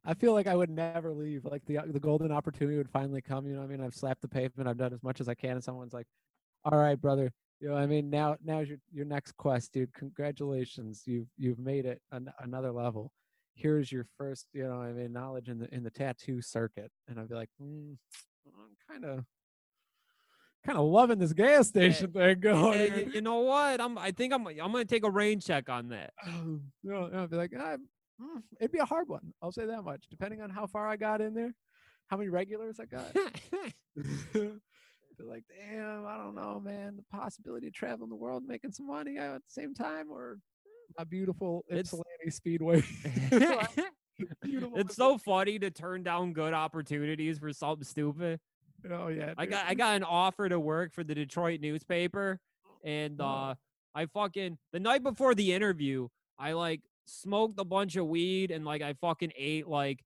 S4: I feel like I would never leave. Like the the golden opportunity would finally come. You know what I mean? I've slapped the pavement. I've done as much as I can, and someone's like, "All right, brother. You know what I mean? Now now's your your next quest, dude. Congratulations. You've you've made it an, another level. Here's your first. You know what I mean? Knowledge in the in the tattoo circuit. And I'd be like, mm, I'm kind of kind of loving this gas station thing going.
S3: Hey,
S4: here."
S3: you know what? I'm. I think I'm. I'm gonna take a rain check on that.
S4: Um, you know, and I'd be like, ah, mm, it'd be a hard one. I'll say that much. Depending on how far I got in there, how many regulars I got. Be like, damn, I don't know, man. The possibility of traveling the world, making some money uh, at the same time, or my beautiful
S3: It's-
S4: Ypsilanti Speedway. Beautiful
S3: it's so funny to turn down good opportunities for something stupid.
S4: Ypsilanti- oh yeah,
S3: I
S4: dude.
S3: got I got an offer to work for the Detroit newspaper, and uh, I fucking the night before the interview, I like smoked a bunch of weed and like I fucking ate like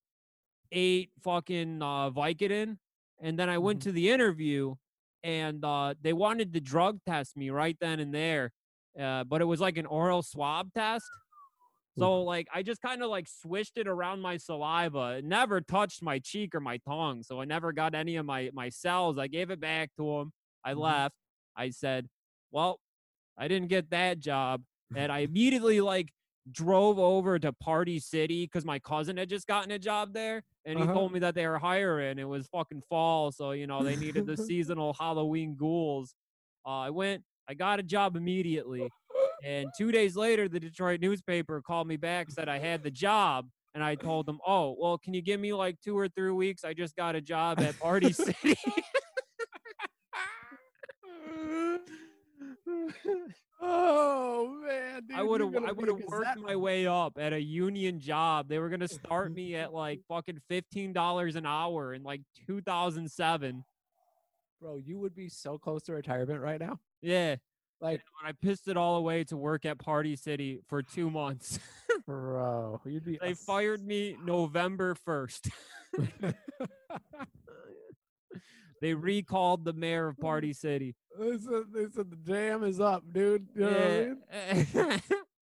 S3: eight fucking uh, Vicodin, and then I went
S4: Mhm.
S3: to the interview, and uh, they wanted to drug test me right then and there, uh, but it was like an oral swab test. So like I just kind of like swished it around my saliva. It never touched my cheek or my tongue, so I never got any of my my cells. I gave it back to him. I
S4: Mhm.
S3: left. I said, "Well, I didn't get that job," and I immediately like drove over to Party City because my cousin had just gotten a job there, and he
S4: Uh-huh.
S3: told me that they were hiring. It was fucking fall, so you know they needed the seasonal Halloween ghouls. Uh, I went. I got a job immediately. And two days later, the Detroit newspaper called me back, said I had the job. And I told them, oh, well, can you give me like two or three weeks? I just got a job at Party City.
S4: oh man, dude,
S3: I
S4: you're
S3: would have
S4: gonna
S3: I
S4: be
S3: would
S4: a
S3: have worked
S4: Gazette
S3: my way up at a union job. They were gonna start me at like fucking fifteen dollars an hour in like two thousand seven.
S4: bro. You would be so close to retirement right now.
S3: Yeah.
S4: Like-
S3: and I pissed it all away to work at Party City for two months.
S4: Bro, you'd be.
S3: they
S4: a
S3: fired me November first. they recalled the mayor of Party City.
S4: They said, they said the jam is up, dude. You know what I
S3: Yeah.
S4: mean?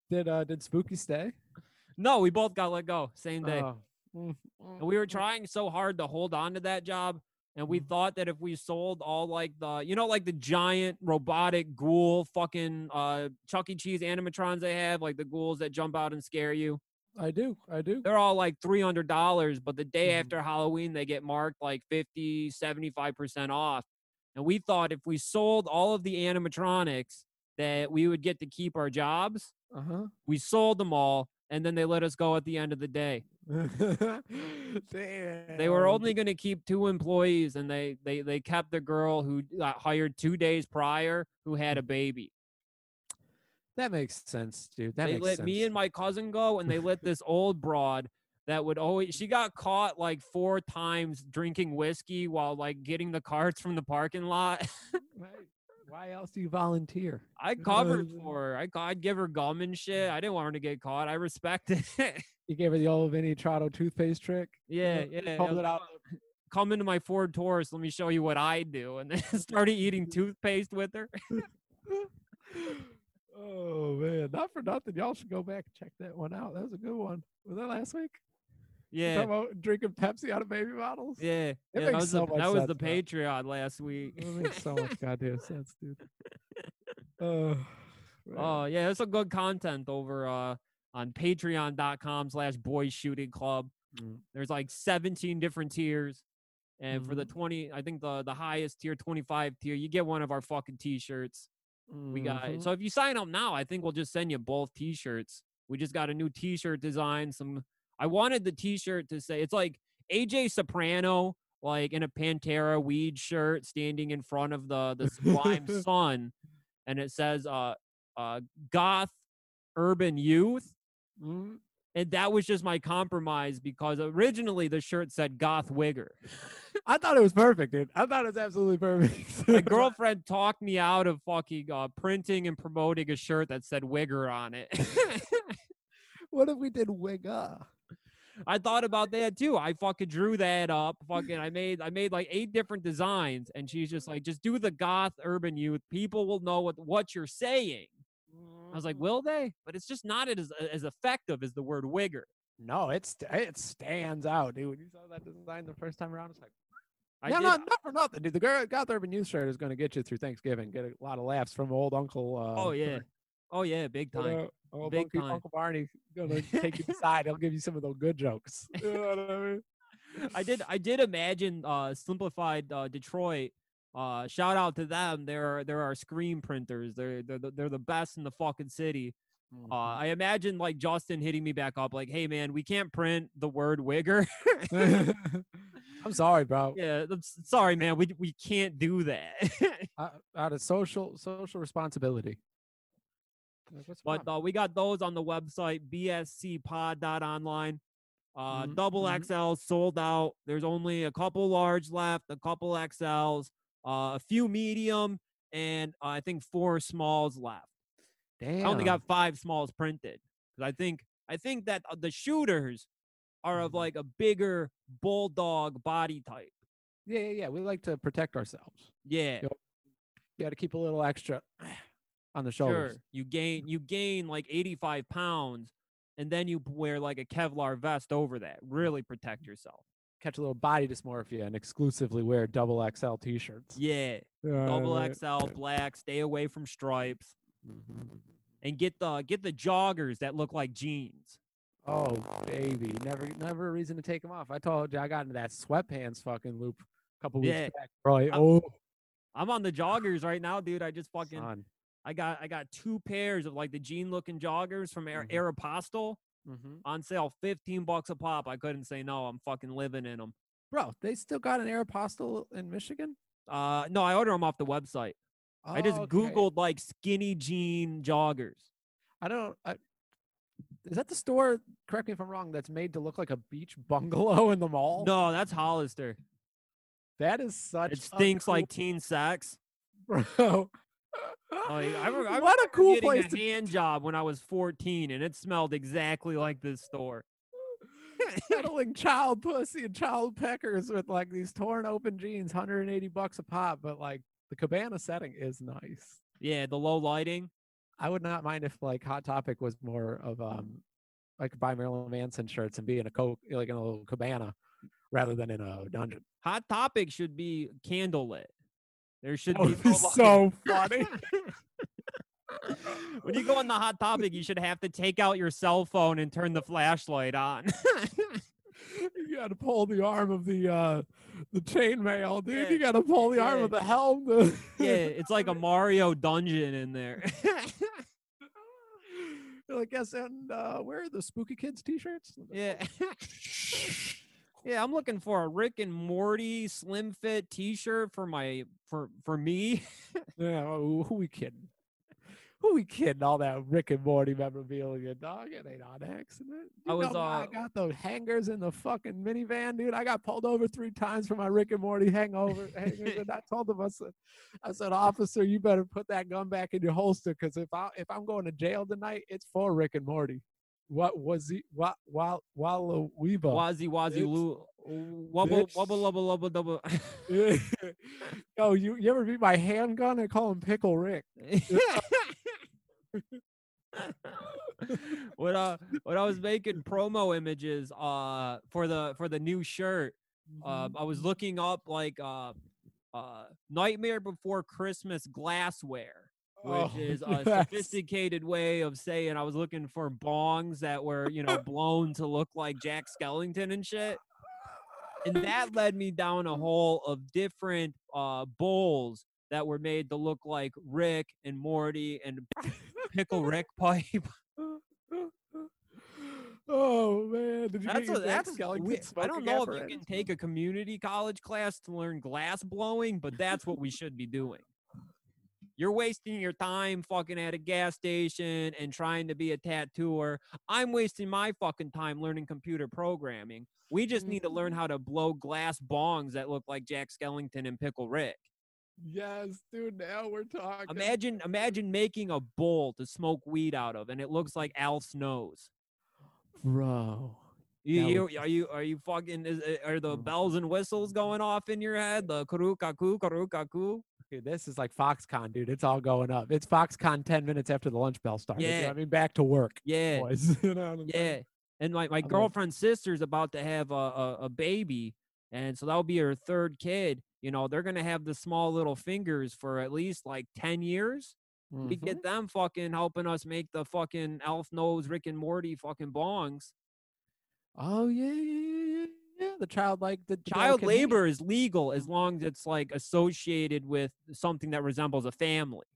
S4: Did uh did Spooky stay?
S3: no, we both got let go same day.
S4: Oh. Mm,
S3: And
S4: mm,
S3: we were
S4: mm.
S3: trying so hard to hold on to that job. And we
S4: Mhm.
S3: thought that if we sold all like the, you know, like the giant robotic ghoul fucking uh, Chuck E. Cheese animatrons they have, like the ghouls that jump out and scare you,
S4: I do, I do.
S3: they're all like $300. But the day
S4: Mhm.
S3: after Halloween, they get marked like 50, 75% off. And we thought if we sold all of the animatronics, that we would get to keep our jobs.
S4: Uh huh.
S3: We sold them all. And then they let us go at the end of the day.
S4: Damn.
S3: They were only going to keep two employees, and they they they kept the girl who got hired two days prior, who had a baby.
S4: That makes sense, dude. That
S3: they
S4: makes
S3: let
S4: sense.
S3: me and my cousin go, and they let this old broad that would always she got caught like four times drinking whiskey while like getting the carts from the parking lot.
S4: Right. Why else do you volunteer?
S3: I
S4: Uh,
S3: covered for her. I ca- I'd give her gum and shit. I didn't want her to get caught. I respected it.
S4: You gave her the old Vinnie Trotto toothpaste trick. you
S3: yeah,
S4: know,
S3: yeah. I
S4: pulled
S3: was
S4: it
S3: like,
S4: out.
S3: Come into my Ford Taurus. Let me show you what I do, and then started eating toothpaste with her.
S4: oh man, not for nothing. Y'all should go back and check that one out. That was a good one. Was that last week? Talking
S3: Yeah.
S4: about drinking Pepsi out of baby bottles.
S3: Yeah. yeah that
S4: makes
S3: was,
S4: so
S3: the,
S4: much
S3: that was the
S4: sense Mm-hmm. now.
S3: Patreon last week.
S4: That makes so much goddamn sense, dude. Oh,
S3: Oh yeah, there's some good content over uh on patreon.com slash boys shooting club.
S4: Mm.
S3: There's like 17 different tiers. And for
S4: Mm-hmm.
S3: the 20, I think the the highest tier, 25 tier, you get one of our fucking t-shirts. We got
S4: Mm-hmm.
S3: so if you sign up now, I think we'll just send you both t-shirts. We just got a new t-shirt design. Some I wanted the t-shirt to say it's like AJ Soprano, like in a Pantera weed shirt, standing in front of the the sublime sun, and it says uh uh goth urban youth. And that was just my compromise because originally the shirt said goth wigger.
S4: I thought it was perfect, dude. I thought it was absolutely perfect.
S3: My girlfriend talked me out of fucking uh, printing and promoting a shirt that said wigger on it.
S4: what if we did Wigga?
S3: I thought about that too. I fucking drew that up. Fucking, I made I made like eight different designs, and she's just like, just do the goth urban youth. People will know what what you're saying. I
S4: Mm.
S3: was like, will they? But it's just not as as effective as the word wigger.
S4: No, it's it stands out, dude. When you saw that design the first time around, it's like
S3: I
S4: no,
S3: did-
S4: not, not for nothing, dude. The girl, Goth Urban Youth shirt is going to get you through Thanksgiving. Get a lot of laughs from old Uncle. Uh,
S3: oh yeah, oh yeah, big
S4: Old,
S3: time.
S4: uh, old
S3: Big
S4: Uncle,
S3: time.
S4: Uncle Barney's going to take you aside. He'll give you some of those good jokes. You know what I mean?
S3: I did I did imagine uh simplified uh Detroit uh shout out to them they're they're our screen printers they're they're the, they're the best in the fucking city uh I imagine like Justin hitting me back up like hey man we can't print the word wigger
S4: I'm sorry, bro.
S3: yeah I'm s- sorry man we we can't do that
S4: Uh, out of social social responsibility. Like, what's
S3: but
S4: wrong?
S3: uh, we got those on the website bscpod.online uh
S4: Mhm,
S3: double
S4: mhm.
S3: XL sold out there's only a couple large left a couple XLs uh, a few medium and uh, I think four smalls left
S4: Damn.
S3: I only got five smalls printed because I think I think that uh, the shooters are of
S4: Mhm.
S3: like a bigger bulldog body type
S4: Yeah, yeah, yeah. We like to protect ourselves.
S3: yeah
S4: Yep, You got to keep a little extra on the
S3: sure
S4: shoulders.
S3: you gain you gain like 85 pounds and then you p- wear like a Kevlar vest over that really protect yourself
S4: Catch a little body dysmorphia and exclusively wear double XL t-shirts. Uh,
S3: yeah double XL black stay away from stripes and get the get the joggers that look like jeans.
S4: Oh baby, never, never a reason to take them off. I told you I got into that sweatpants fucking loop a couple weeks
S3: Yeah.
S4: back, bro. I- Oh,
S3: I'm on the joggers right now, dude. I just fucking
S4: son.
S3: I got I got two pairs of like the jean looking joggers from Air
S4: Mhm.
S3: Aeropostale
S4: Mm-hmm.
S3: on sale, 15 bucks a pop. I couldn't say no. I'm fucking living in them.
S4: bro, they still got an Aeropostale in Michigan.
S3: Uh, no, I order them off the website. I just
S4: Okay.
S3: googled like skinny jean joggers.
S4: I don't. I, is that the store? Correct me if I'm wrong. That's made to look like a beach bungalow in the mall.
S3: No, that's Hollister.
S4: Oh that is such.
S3: It
S4: a
S3: stinks like
S4: cool-
S3: teen sex.
S4: bro.
S3: Like, I, re- I
S4: what a
S3: remember
S4: cool
S3: getting
S4: place
S3: a
S4: to
S3: hand job when I was 14, and it smelled exactly like this store.
S4: peddling child pussy and child peckers with like these torn open jeans, 180 bucks a pop. But like the cabana setting is nice.
S3: Yeah, the low lighting.
S4: I would not mind if like Hot Topic was more of um I could buy Marilyn Manson shirts and be in a coke like in a little cabana rather than in a dungeon.
S3: Hot topic should be candlelit. There should
S4: That would
S3: no
S4: be
S3: light.
S4: so funny.
S3: when you go on the hot topic, you should have to take out your cell phone and turn the flashlight on.
S4: you gotta pull the arm of the uh the chainmail, dude.
S3: Yeah.
S4: You gotta pull the arm
S3: Yeah.
S4: of the helm. To...
S3: yeah, it's like a Mario dungeon in there.
S4: You're like, yes, and uh where are the spooky kids t shirts?
S3: yeah. Yeah, I'm looking for a Rick and Morty slim fit t-shirt for my for for me.
S4: Yeah, oh, who who we kidding? Who we kidding? All that Rick and Morty memorabilia, dog. It ain't on accident.
S3: I
S4: You
S3: was,
S4: know why
S3: uh,
S4: I got the hangers in the fucking minivan, dude. I got pulled over three times for my Rick and Morty hangover hangers, and I told them I said, I said, officer, you better put that gun back in your holster, because if I if I'm going to jail tonight, it's for Rick and Morty. What was he? What? While Walla Weeba.
S3: Wazzy wazzy
S4: bitch.
S3: loo wubble
S4: Bitch.
S3: wubble lubble lubble double.
S4: Yo, you you ever be my handgun? I call him Pickle Rick.
S3: when I when I was making promo images uh for the for the new shirt, uh, I was looking up like uh uh Nightmare Before Christmas glassware, which
S4: Oh,
S3: is a
S4: yes.
S3: sophisticated way of saying I was looking for bongs that were you know blown to look like Jack Skellington and shit. And that led me down a hole of different uh bowls that were made to look like Rick and Morty and Pickle Rick pipe.
S4: Oh man, did you
S3: That's
S4: get
S3: a,
S4: your Jack
S3: that's
S4: Skellington
S3: we- I don't
S4: smoking
S3: know if
S4: apparatus?
S3: you can take a community college class to learn glass blowing, but that's what we should be doing. You're wasting your time fucking at a gas station and trying to be a tattooer. I'm wasting my fucking time learning computer programming. We just need to learn
S4: Mm-hmm.
S3: how to blow glass bongs that look like Jack Skellington and Pickle Rick.
S4: Yes, dude. Now we're talking.
S3: Imagine imagine making a bowl to smoke weed out of and it looks like Alf's nose.
S4: bro.
S3: You,
S4: That
S3: you
S4: would
S3: are you are you fucking is, uh, are the
S4: Oh.
S3: bells and whistles going off in your head? The karu kaku karu kaku.
S4: Dude, this is like FoxCon, dude. It's all going up. It's FoxCon ten minutes after the lunch bell started. you know
S3: Yeah.
S4: what I mean, back to work,
S3: Yeah,
S4: boys. you know what I'm
S3: yeah.
S4: saying?
S3: And my, my
S4: mean-
S3: girlfriend's sister's about to have a, a a baby, and so that'll be her third kid. You know they're gonna have the small little fingers for at least like ten years. We
S4: Mhm.
S3: get them fucking helping us make the fucking elf nose Rick and Morty fucking bongs.
S4: Oh yeah, yeah, yeah, yeah, yeah. The child like the the
S3: Child
S4: Canadian-
S3: labor is legal
S4: Mm.
S3: as long as it's like associated with something that resembles a family.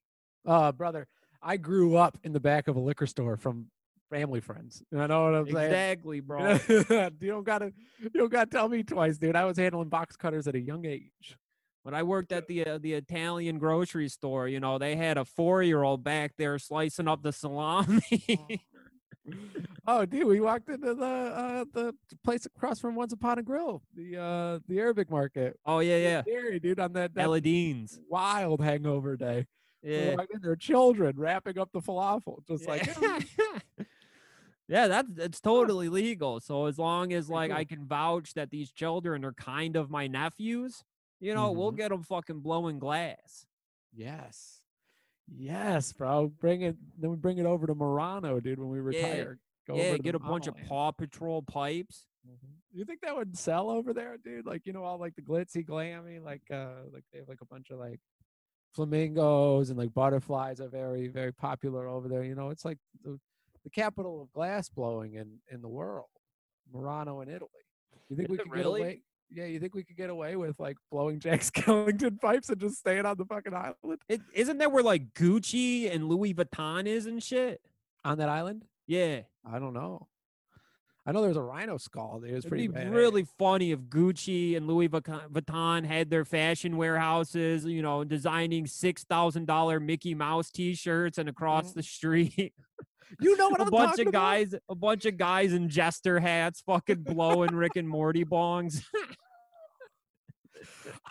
S4: Uh, brother, I grew up in the back of a liquor store from family friends. You know what I'm saying?
S3: Exactly,
S4: You know-
S3: bro.
S4: you don't gotta, you don't gotta tell me twice, dude. I was handling box cutters at a young age.
S3: When I worked at the uh, the Italian grocery store, you know, they had a four year old back there slicing up the salami.
S4: Oh, dude, we walked into the uh, the place across from Once Upon a Grill, the uh, the Arabic market.
S3: oh yeah, yeah.
S4: Scary, dude, on that, that
S3: Eladines.
S4: wild hangover day. We
S3: Yeah.
S4: walked in there, children wrapping up the falafel, just like "Yeah,
S3: yeah. Yeah, that's it's totally legal. So as long as
S4: Pretty
S3: like I
S4: cool.
S3: can vouch that these children are kind of my nephews, you know, we'll
S4: Mhm.
S3: get them fucking blowing glass.
S4: Yes. Yes, bro. Bring it. Then we bring it over to Murano, dude, when we
S3: Yeah.
S4: retire. Go
S3: yeah,
S4: over to
S3: get
S4: the
S3: a bunch of
S4: Monoland.
S3: Paw Patrol pipes.
S4: Mhm. You think that would sell over there, dude? Like, you know, all like the glitzy, glammy, like, uh, like they have like a bunch of like flamingos and like butterflies are very, very popular over there. You know, it's like the, the capital of glass blowing in in the world, Murano in Italy. You think we
S3: Is it
S4: could
S3: really?
S4: get away? Yeah, you think we could get away with like blowing Jack Skellington pipes and just staying on the fucking island?
S3: It, isn't that where like Gucci and Louis Vuitton is and shit?
S4: On that island?
S3: Yeah.
S4: I don't know. I know there was a rhino skull. It was
S3: It'd
S4: pretty
S3: be
S4: bad.
S3: really funny if Gucci and Louis Vuitton Vuitton had their fashion warehouses, you know, designing six thousand dollar Mickey Mouse T-shirts, and across
S4: Mhm.
S3: the street,
S4: you know what
S3: a
S4: I'm
S3: bunch
S4: talking
S3: of
S4: about?
S3: guys, a bunch of guys in jester hats, fucking blowing Rick and Morty bongs.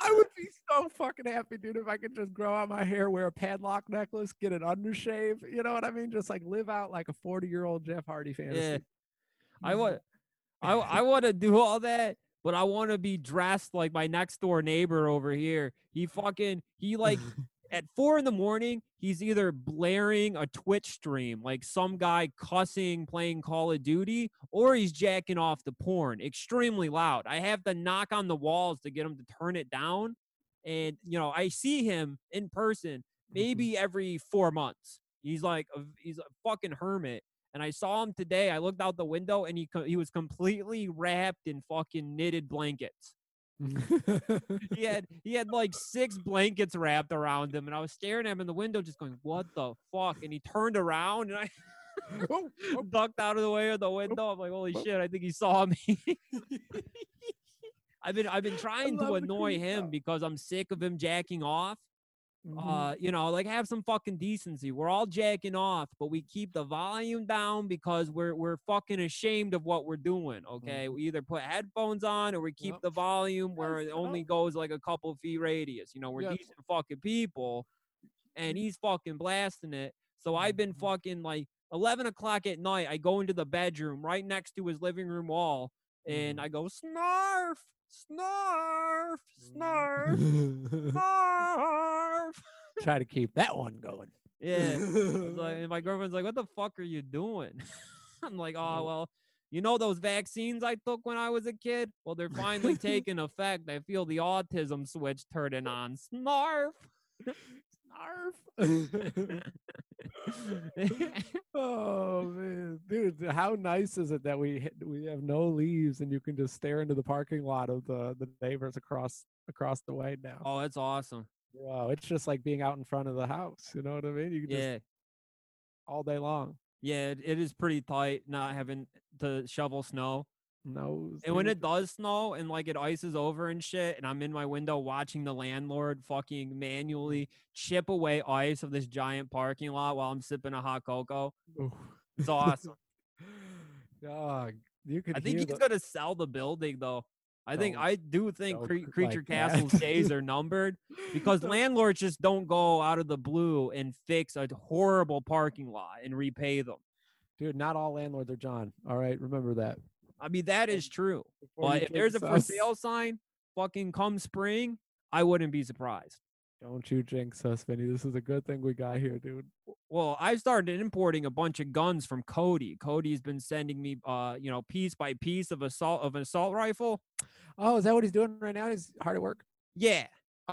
S4: I would be so fucking happy, dude, if I could just grow out my hair, wear a padlock necklace, get an undershave. You know what I mean? Just like live out like a 40 year old Jeff Hardy fantasy.
S3: yeah, I want, I I want to do all that, but I want to be dressed like my next door neighbor over here. He fucking he like at four in the morning, he's either blaring a Twitch stream, like some guy cussing playing Call of Duty, or he's jacking off the porn extremely loud. I have to knock on the walls to get him to turn it down. And, you know, I see him in person
S4: Mm-hmm.
S3: maybe every four months. He's like, a, he's a fucking hermit. And I saw him today. I looked out the window and he, co- he was completely wrapped in fucking knitted blankets he had he had like six blankets wrapped around him, and I was staring at him in the window, just going, "What the fuck?" And he turned around, and I
S4: Oh, oh,
S3: ducked out of the way of the window. I'm like, "Holy
S4: Oop.
S3: shit! I think he saw me." I've been I've been trying to
S4: love the
S3: annoy
S4: creep
S3: him
S4: out.
S3: because I'm sick of him jacking off.
S4: mhm.
S3: Uh, you know, like have some fucking decency. We're all jacking off, but we keep the volume down because we're we're fucking ashamed of what we're doing. Okay, we either put headphones on or we keep
S4: Yep.
S3: the volume where
S4: Yes,
S3: it only
S4: yep.
S3: goes like a couple feet radius. You know, we're
S4: Yes.
S3: decent fucking people, and he's fucking blasting it. So I've been
S4: Mhm.
S3: fucking like eleven o'clock at night. I go into the bedroom right next to his living room wall, and
S4: Mhm.
S3: I go snarf, snarf,
S4: Mm-hmm.
S3: snarf, snarf.
S4: Try to keep that one going.
S3: Yeah. It's like- and my girlfriend's like, "What the fuck are you doing?" I'm like, oh well, you know those vaccines I took when I was a kid? Well, they're finally taking effect. I feel the autism switch turning on. Snarf. Snarf.
S4: oh man, dude, how nice is it that we hit- we have no leaves and you can just stare into the parking lot of the the neighbors across across the way now.
S3: oh, that's awesome.
S4: Wow, it's just like being out in front of the house. You know what I mean? You can just
S3: Yeah.
S4: all day long.
S3: Yeah, it, it is pretty tight not having to shovel snow.
S4: No,
S3: And when it does snow and like it ices over and shit, and I'm in my window watching the landlord fucking manually chip away ice of this giant parking lot while I'm sipping a hot cocoa, it's awesome.
S4: Dog, you could.
S3: I think
S4: hear
S3: he's
S4: the-
S3: gonna sell the building though. I think
S4: Don't-
S3: I do think
S4: don't
S3: Cre-
S4: like
S3: Creature
S4: that.
S3: Castle's days are numbered because
S4: Don't-
S3: landlords just don't go out of the blue and fix a horrible parking lot and repay them.
S4: dude, not all landlords are John. All right, remember that.
S3: I mean that is true.
S4: Before you
S3: But if
S4: kick
S3: there's a
S4: us
S3: for
S4: out,
S3: sale sign, fucking come spring, I wouldn't be surprised.
S4: don't you jinx us, Vinny. This is a good thing we got here, dude.
S3: Well, I started importing a bunch of guns from Cody. Cody's been sending me, uh, you know, piece by piece of assault of an assault rifle.
S4: Oh, is that what he's doing right now? He's hard at work.
S3: Yeah,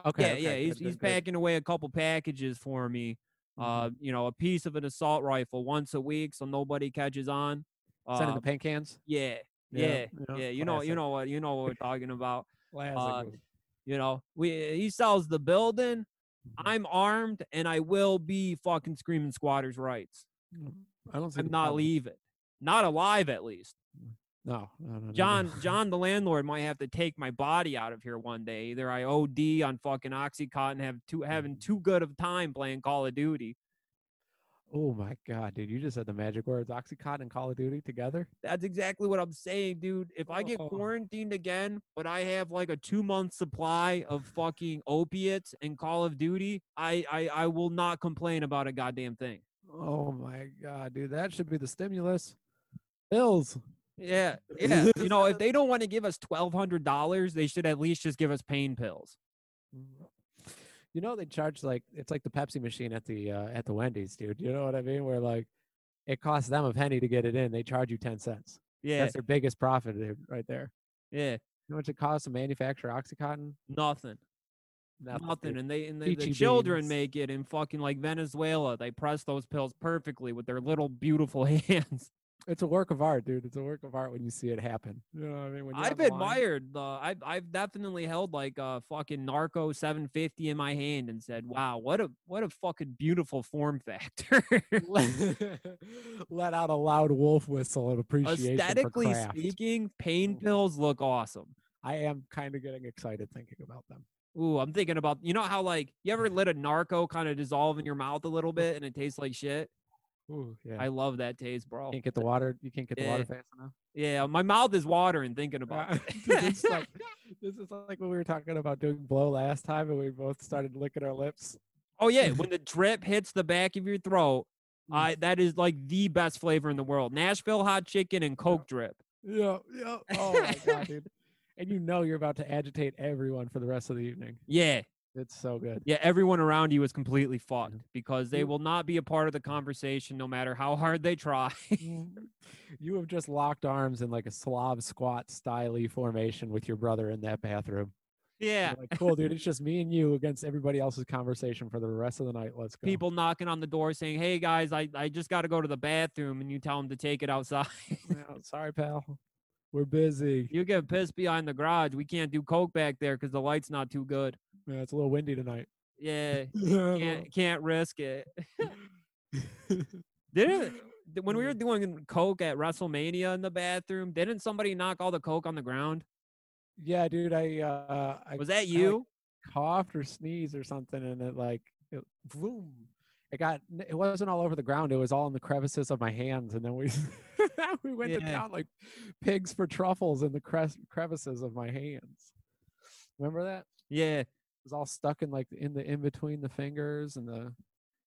S4: Okay,
S3: yeah,
S4: okay,
S3: yeah. He's
S4: good, good,
S3: he's
S4: good.
S3: packing away a couple packages for me.
S4: Mhm.
S3: Uh, you know, a piece of an assault rifle once a week, so nobody catches on.
S4: sending
S3: Uh,
S4: the paint cans.
S3: yeah, yeah,
S4: yeah,
S3: yeah. You know, you
S4: classic.
S3: know what, you know what we're talking about.
S4: Classic
S3: uh,
S4: move.
S3: You know, we he sells the building.
S4: Mhm.
S3: I'm armed and I will be fucking screaming squatters' rights.
S4: Mm, I don't see.
S3: I'm
S4: the
S3: not
S4: problem.
S3: leaving. Not alive at least.
S4: No, no, no, no, no.
S3: John John the landlord might have to take my body out of here one day. Either I OD on fucking Oxycontin have too
S4: Mm-hmm.
S3: having too good of time playing Call of Duty.
S4: Oh my god, dude! You just said the magic words: OxyContin and Call of Duty together.
S3: That's exactly what I'm saying, dude. If I get
S4: Oh.
S3: quarantined again, but I have like a two month supply of fucking opiates and Call of Duty, I, I I will not complain about a goddamn thing.
S4: Oh my god, dude! That should be the stimulus. Bills.
S3: Yeah, yeah. you know, if they don't want to give us twelve hundred dollars, they should at least just give us pain pills.
S4: Mm. You know they charge like it's like the Pepsi machine at the uh, at the Wendy's, dude. You know what I mean? Where like it costs them a penny to get it in, they charge you ten cents.
S3: Yeah,
S4: That's their biggest profit dude, right there.
S3: yeah.
S4: You know what it costs to manufacture OxyContin?
S3: Nothing,
S4: Nothing.
S3: nothing,
S4: dude.
S3: and they and they, the
S4: Peachy
S3: children
S4: beans.
S3: make it in fucking like Venezuela. They press those pills perfectly with their little beautiful hands.
S4: It's a work of art, dude. It's a work of art when you see it happen. You know what I mean? When you're
S3: I've
S4: online-
S3: admired the. I've I've definitely held like a fucking narco seven fifty in my hand and said, "Wow, what a what a fucking beautiful form factor."
S4: let, let out a loud wolf whistle and appreciation for
S3: Aesthetically
S4: craft.
S3: speaking, pain
S4: Mhm.
S3: pills look awesome.
S4: I am kind of getting excited thinking about them.
S3: Ooh, I'm thinking about you know how like you ever let a narco kind of dissolve in your mouth a little bit and it tastes like shit.
S4: Ooh, yeah.
S3: I love that taste, bro.
S4: can't get the water. You can't get the water
S3: Yeah.
S4: fast enough.
S3: Yeah, my mouth is watering thinking about.
S4: Uh,
S3: it.
S4: dude, it's like- this is like when we were talking about doing blow last time, and we both started licking our lips.
S3: oh yeah, when the drip hits the back of your throat,
S4: Mm.
S3: I that is like the best flavor in the world. Nashville hot chicken and Coke drip.
S4: Yeah, yeah. Oh my god, dude! And you know you're about to agitate everyone for the rest of the evening.
S3: Yeah,
S4: It's so good.
S3: yeah. Everyone around you is completely fucked because they
S4: You-
S3: will not be a part of the conversation no matter how hard they try.
S4: you have just locked arms in like a Slav squat style formation with your brother in that bathroom. You're
S3: yeah,
S4: like, cool, dude. It's just me and you against everybody else's conversation for the rest of the night. Let's go.
S3: people knocking on the door saying, "Hey guys, I I just got to go to the bathroom," and you tell them to take it outside.
S4: Yeah, sorry, pal. We're busy.
S3: you get pissed behind the garage. We can't do coke back there because the light's not too good.
S4: Yeah, it's a little windy tonight.
S3: Yeah,
S4: Yeah,
S3: can't can't risk it. Didn't th-
S4: Mm-hmm.
S3: when we were doing coke at WrestleMania in the bathroom? Didn't somebody knock all the coke on the ground?
S4: yeah, dude. I uh, I
S3: Was that
S4: kinda, like,
S3: you?
S4: coughed or sneezed or something, and it like it, boom. It got. n- It wasn't all over the ground. It was all in the crevices of my hands, and then we we went to
S3: Yeah.
S4: town like pigs for truffles in the cres- crevices of my hands. Remember that? It
S3: Yeah,
S4: was all stuck in like in the in between the fingers and the.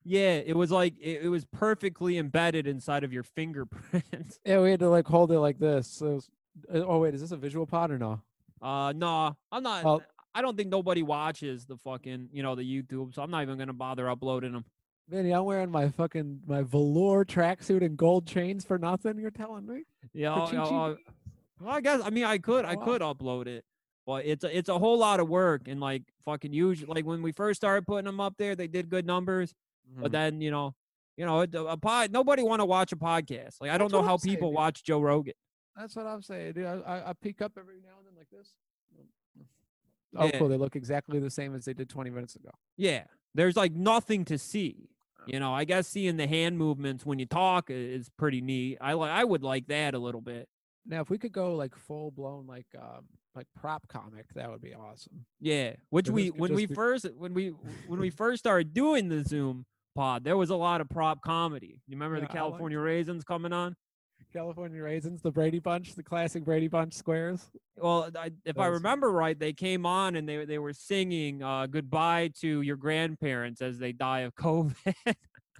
S3: yeah. It was like it, it was perfectly embedded inside of your fingerprint.
S4: Yeah, we had to like hold it like this. So it was- uh, oh wait, is this a visual pod or no?
S3: Uh, no, I'm not.
S4: Oh.
S3: I don't think nobody watches the fucking, you know, the YouTube, so I'm not even gonna bother uploading them.
S4: Vinny, I'm wearing my fucking my velour tracksuit and gold chains for nothing. You're telling me?
S3: Yeah,
S4: For
S3: I'll-
S4: Ching
S3: I'll-
S4: Ching
S3: I'll- well, I guess I mean I could I
S4: Wow.
S3: could upload it, but it's a, it's a whole lot of work and like fucking huge. Like when we first started putting them up there, they did good numbers,
S4: Mm-hmm.
S3: but then you know, you know, it, a pod nobody want to watch a podcast. Like I don't
S4: That's
S3: know
S4: what
S3: how
S4: I'm saying,
S3: people
S4: dude.
S3: watch Joe Rogan.
S4: That's what I'm saying, dude. I, I, I peek up every now and then like this. Oh,
S3: Yeah.
S4: cool. They look exactly the same as they did 20 minutes ago.
S3: Yeah, there's like nothing to see.
S4: Uh.
S3: You know, I guess seeing the hand movements when you talk i- is pretty neat. I like I would like that a little bit.
S4: Now, if we could go like full blown, like um, like prop comic, that would be awesome.
S3: Yeah, which
S4: So this
S3: we
S4: could
S3: when
S4: just
S3: we
S4: be-
S3: first when we when we first started doing the Zoom pod, there was a lot of prop comedy. You remember
S4: Yeah, I
S3: the
S4: liked
S3: California Raisins coming on?
S4: California raisins, the Brady Bunch, the classic Brady Bunch squares.
S3: Well, I, if I
S4: Those-
S3: remember right, they came on and they they were singing uh, "Goodbye to Your Grandparents" as they die of COVID.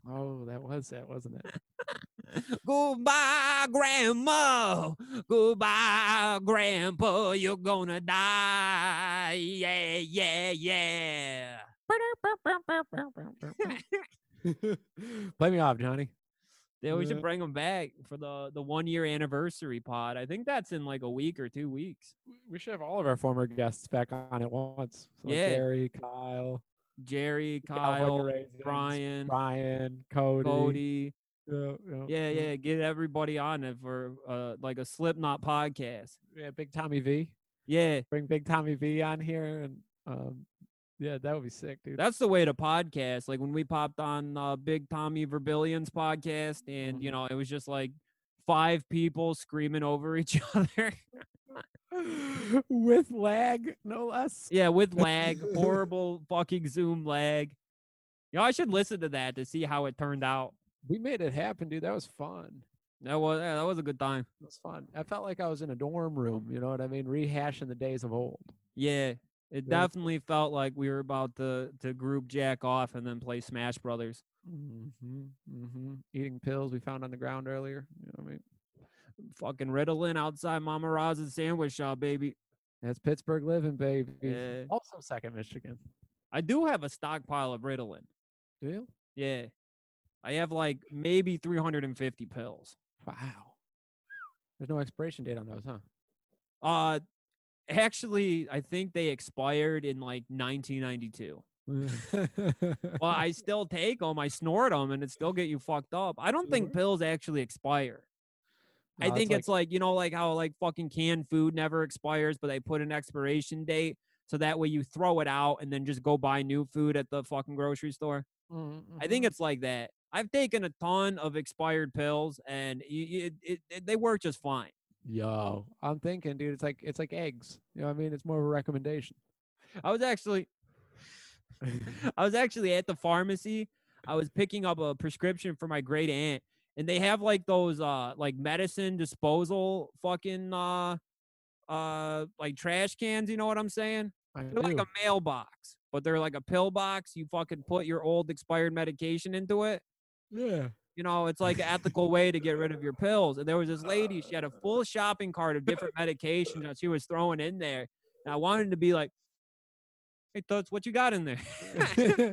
S4: Oh, that was that, wasn't it?
S3: Goodbye, Grandma. Goodbye, Grandpa. You're gonna die. Yeah, yeah, yeah.
S4: Play me off, Johnny.
S3: They we should
S4: Yeah.
S3: bring them back for the the one year anniversary pod. I think that's in like a week or two weeks.
S4: We should have all of our former guests back on at once. So like
S3: Yeah.
S4: Gary, Kyle,
S3: Jerry,
S4: California
S3: Kyle,
S4: Raisins,
S3: Brian,
S4: Brian, Cody.
S3: Cody.
S4: Yeah, yeah,
S3: Yeah, yeah. Get everybody on it for uh, like a Slipknot podcast.
S4: Yeah, Big Tommy V.
S3: Yeah,
S4: Bring Big Tommy V on here, and um, yeah, that would be sick, dude.
S3: that's the way to podcast. Like when we popped on uh, Big Tommy Verbilion's podcast, and you know it was just like five people screaming over each other.
S4: With lag, no less.
S3: Yeah, with lag, horrible fucking Zoom lag. You know, I should listen to that to see how it turned out.
S4: We made it happen, dude. That was fun.
S3: That was yeah, that was a good time.
S4: It was fun. I felt like I was in a dorm room. You know what I mean? Rehashing the days of old.
S3: Yeah, it
S4: Yeah.
S3: definitely felt like we were about to to group jack off and then play Smash Brothers.
S4: Mm-hmm, mm-hmm. Eating pills we found on the ground earlier. You know what I mean?
S3: Fucking Ritalin outside Mama Roz's sandwich shop, baby.
S4: That's Pittsburgh living, baby.
S3: Yeah.
S4: Also second Michigan.
S3: I do have a stockpile of Ritalin.
S4: Do you?
S3: Yeah, I have like maybe 350 pills.
S4: Wow. There's no expiration date on those, huh?
S3: Uh, actually, I think they expired in like 1992. Well, I still take them. I snort them, and it still get you fucked up. I don't think
S4: Sure.
S3: pills actually expire. I
S4: No,
S3: think Mm-hmm. it's like, you know, like how like fucking canned food never expires, but they put an expiration date so that way you throw it out and then just go buy new food at the fucking grocery store.
S4: Mm,
S3: I think
S4: mhm.
S3: it's like that. I've taken a ton of expired pills and it, it, it, they work just fine.
S4: yo. I'm thinking, dude. It's like it's like eggs. You know what I mean? It's more of a recommendation.
S3: I was actually I was actually at the pharmacy. I was picking up a prescription for my great aunt, and they have like those uh like medicine disposal fucking uh uh like trash cans. You know what I'm saying?
S4: I
S3: They're like
S4: do.
S3: a mailbox, but they're like a pill box. You fucking put your old expired medication into it.
S4: yeah.
S3: You know, it's like an ethical way to get rid of your pills. And there was this lady, she had a full shopping cart of different medications that she was throwing in there. And I wanted to be like, Hey Toots, what you got in there?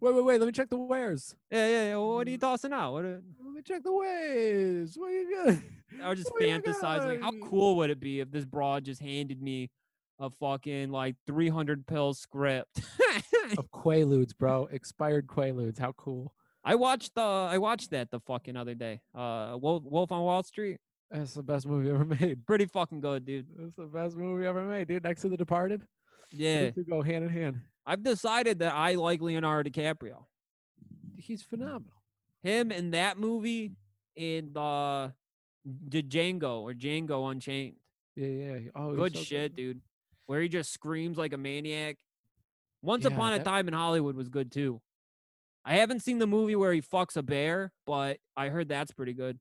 S4: wait, wait, wait. Let me check the wares.
S3: Yeah, yeah, yeah. What are you
S4: Mm.
S3: tossing out? What are,
S4: Let me check the wares. What you got?
S3: I was just
S4: What you
S3: fantasizing. Like, how
S4: got?
S3: cool would it be if this broad just handed me a fucking like 300 pill script?
S4: Of Quaaludes, bro. Expired Quaaludes. How cool.
S3: I watched the I watched that the fucking other day. Uh, Wolf, Wolf on Wall Street,
S4: That's the best movie ever made.
S3: pretty fucking good, dude.
S4: That's the best movie ever made, dude. Next to The Departed.
S3: Yeah,
S4: Those two go hand in hand.
S3: I've decided that I like Leonardo DiCaprio.
S4: He's phenomenal.
S3: Him in that movie and uh, the Django or Django Unchained.
S4: Yeah, yeah. he- Oh, he's
S3: good
S4: so
S3: shit, dude. Where he just screams like a maniac. Once
S4: Yeah,
S3: upon a
S4: that-
S3: time in Hollywood was good too. I haven't seen the movie where he fucks a bear, but I heard that's pretty good.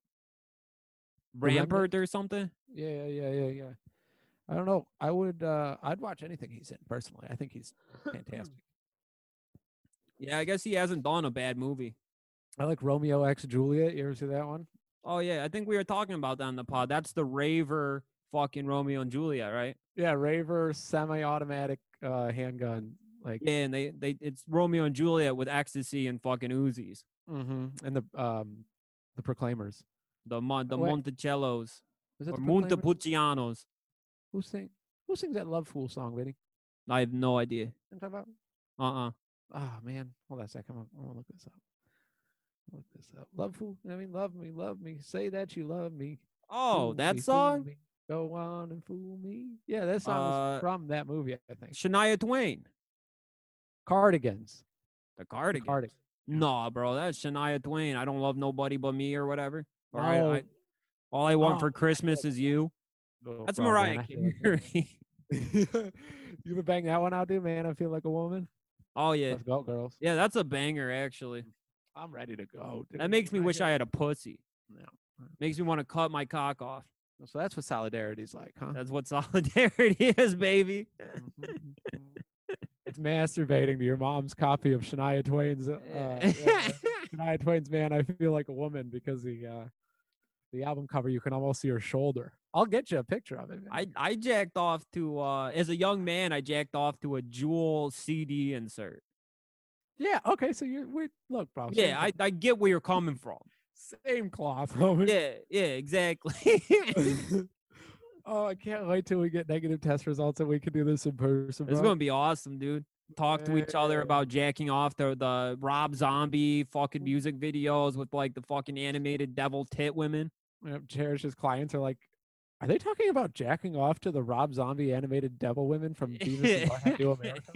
S4: Remnant?
S3: Rampart or something.
S4: Yeah, yeah, yeah, yeah, yeah. I don't know. I would. uh I'd watch anything he's in personally. I think he's fantastic.
S3: Yeah, I guess he hasn't done a bad movie.
S4: I like Romeo X Juliet. You ever see that one?
S3: Oh yeah, I think we were talking about that on the pod. That's the raver fucking Romeo and Juliet, right?
S4: Yeah, raver, semi-automatic uh handgun. Like,
S3: Yeah, and they they it's Romeo and Juliet with ecstasy and fucking Uzis.
S4: hmm and the um, the Proclaimers.
S3: The Mon the
S4: Wait. Was
S3: Monticellos or
S4: the Proclaimers?
S3: Montepulcianos.
S4: Who sing? Who sings that "Love Fool" song, Vinny?
S3: I have no idea.
S4: You know what I'm talking about?
S3: Uh uh
S4: Oh man, hold on a sec. I'm gonna, I'm gonna look this up. Look this up. Love fool. I mean, love me, love me. Say that you love me.
S3: Oh, uh,
S4: Fool
S3: that
S4: me, fool
S3: song?
S4: me, Go on and fool me. Yeah, that song
S3: Uh,
S4: was from that movie, I think.
S3: Shania Twain.
S4: Cardigans.
S3: The
S4: The
S3: cardigan.
S4: Cardig-
S3: Nah, bro, that's Shania Twain. I don't love nobody but me or whatever. All right,
S4: No.
S3: I, all I want
S4: Oh,
S3: for Christmas is you.
S4: No
S3: That's
S4: problem, man,
S3: Mariah
S4: I feel like that.
S3: Carey.
S4: you would bang that one out, dude, man. I feel like a woman.
S3: oh yeah,
S4: Let's go, girls.
S3: yeah, that's a banger actually.
S4: I'm ready to go. Dude.
S3: That makes me
S4: I
S3: wish
S4: get-
S3: I had a pussy.
S4: No.
S3: Makes me want to cut my cock off.
S4: So that's what solidarity's like, huh?
S3: That's what solidarity is, baby.
S4: Mhm, mhm. it's masturbating to your mom's copy of Shania Twain's. Uh,
S3: Eh.
S4: yeah, Shania Twain's "Man, I Feel Like a Woman" because the uh, the album cover you can almost see her shoulder. I'll get you a picture of it. man.
S3: I I jacked off to uh as a young man. I jacked off to a Jewel CD insert.
S4: yeah. Okay. So you're we look, bro. same
S3: Yeah, I,
S4: cloth-
S3: I get where you're coming from.
S4: same cloth. homie.
S3: Yeah, yeah, exactly.
S4: oh, I can't wait till we get negative test results and we can do this in person.
S3: It's
S4: bro.
S3: gonna be awesome, dude. Talk to each other
S4: Yeah.
S3: about jacking off the the Rob Zombie fucking music videos with like the fucking animated devil tit women.
S4: Yep, Cherish's clients are like, are they talking about jacking off to the Rob Zombie animated devil women from Beavis and Butt-head Do America?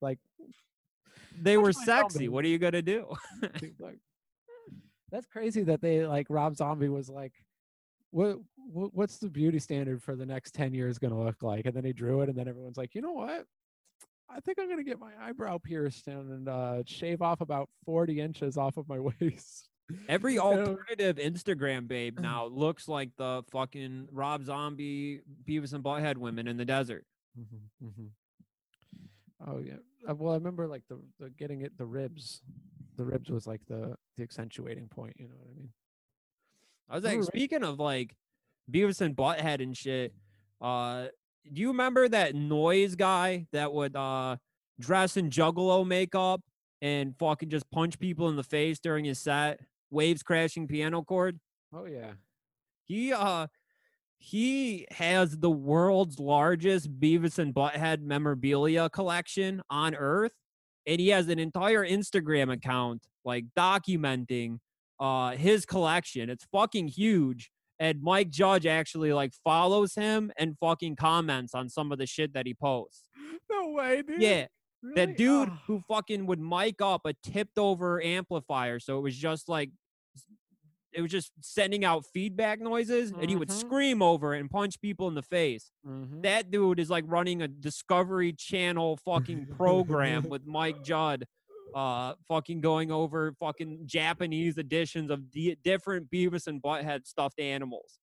S4: Like,
S3: They were
S4: Watch my film,
S3: sexy.
S4: baby.
S3: What are you gonna do?
S4: dude, like, that's crazy that they like Rob Zombie was like, what, what what's the beauty standard for the next ten years going to look like? And then he drew it, and then everyone's like, you know what? I think I'm going to get my eyebrow pierced and uh, shave off about forty inches off of my waist.
S3: Every
S4: Yeah.
S3: alternative Instagram babe now looks like the fucking Rob Zombie, Beavis and Butthead women in the desert.
S4: Mm-hmm, Oh yeah. Uh, well, I remember like the, the getting it the ribs. The ribs was like the the accentuating point. You know what I mean?
S3: I was
S4: You
S3: like,
S4: were right.
S3: speaking of like Beavis and Butthead and shit, uh, do you remember that noise guy that would uh dress in juggalo makeup and fucking just punch people in the face during his set? Waves crashing piano chord.
S4: Oh yeah.
S3: He uh he has the world's largest Beavis and Butthead memorabilia collection on earth. And he has an entire Instagram account like documenting uh his collection. It's fucking huge. And Mike Judge actually like follows him and fucking comments on some of the shit that he posts.
S4: No way, dude.
S3: Yeah. That
S4: Really?
S3: dude
S4: Ah.
S3: who fucking would mic up a tipped over amplifier. So it was just like, s- it was just sending out feedback noises and he would
S4: Mhm.
S3: scream over it and punch people in the face.
S4: Mhm.
S3: That dude is like running a Discovery Channel fucking program with Mike Judd. Uh, fucking going over fucking Japanese editions of di- different Beavis and Butthead stuffed animals.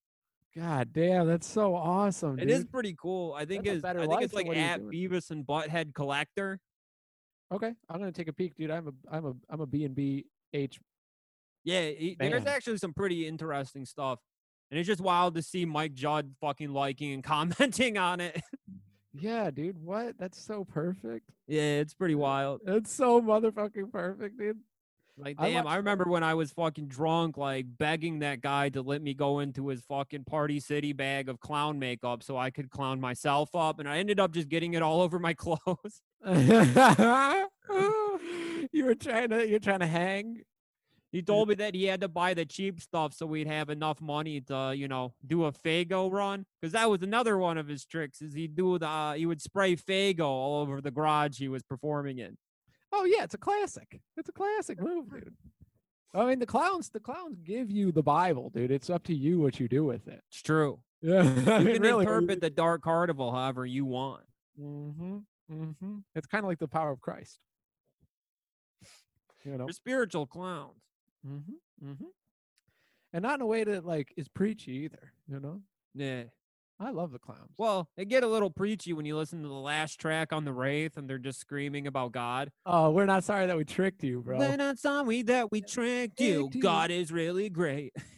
S4: God damn, that's so awesome,
S3: It
S4: dude.
S3: is pretty cool. I think
S4: That's a
S3: it's
S4: better
S3: I think
S4: life
S3: it's
S4: than
S3: like
S4: what he's
S3: at
S4: doing.
S3: Beavis and Butthead Collector.
S4: Okay, I'm gonna take a peek, dude. I'm a I'm a I'm a B and B H.
S3: Yeah, he, there's
S4: Man.
S3: actually some pretty interesting stuff. And it's just wild to see Mike Judd fucking liking and commenting on it.
S4: Yeah, dude. What? That's so perfect.
S3: yeah, it's pretty wild.
S4: That's so motherfucking perfect, dude.
S3: Like,
S4: I
S3: damn, I,
S4: watched, uh,
S3: remember when I was fucking drunk, like begging that guy to let me go into his fucking Party City bag of clown makeup so I could clown myself up. And I ended up just getting it all over my clothes.
S4: you were trying to you're trying to hang.
S3: he told me that he had to buy the cheap stuff so we'd have enough money to, you know, do a Fago run. Because that was another one of his tricks is he'd do the, uh, he would spray Fago all over the garage he was performing in.
S4: Oh yeah, it's a classic. It's a classic move, dude. I mean, the clowns, the clowns give you the Bible, dude. It's up to you what you do with it.
S3: It's true.
S4: Yeah, I
S3: You
S4: mean,
S3: can interpret the Dark Carnival however you want.
S4: hmm hmm It's kind of like the power of Christ. You know,
S3: You're spiritual clowns.
S4: hmm hmm and not in a way that like is preachy either. You know,
S3: Yeah.
S4: I love the clowns.
S3: Well, they get a little preachy when you listen to the last track on the Wraith and they're just screaming about God.
S4: Oh, we're not sorry that we tricked you, bro.
S3: Then on some we that we tricked you.
S4: Tricked you.
S3: God is really great.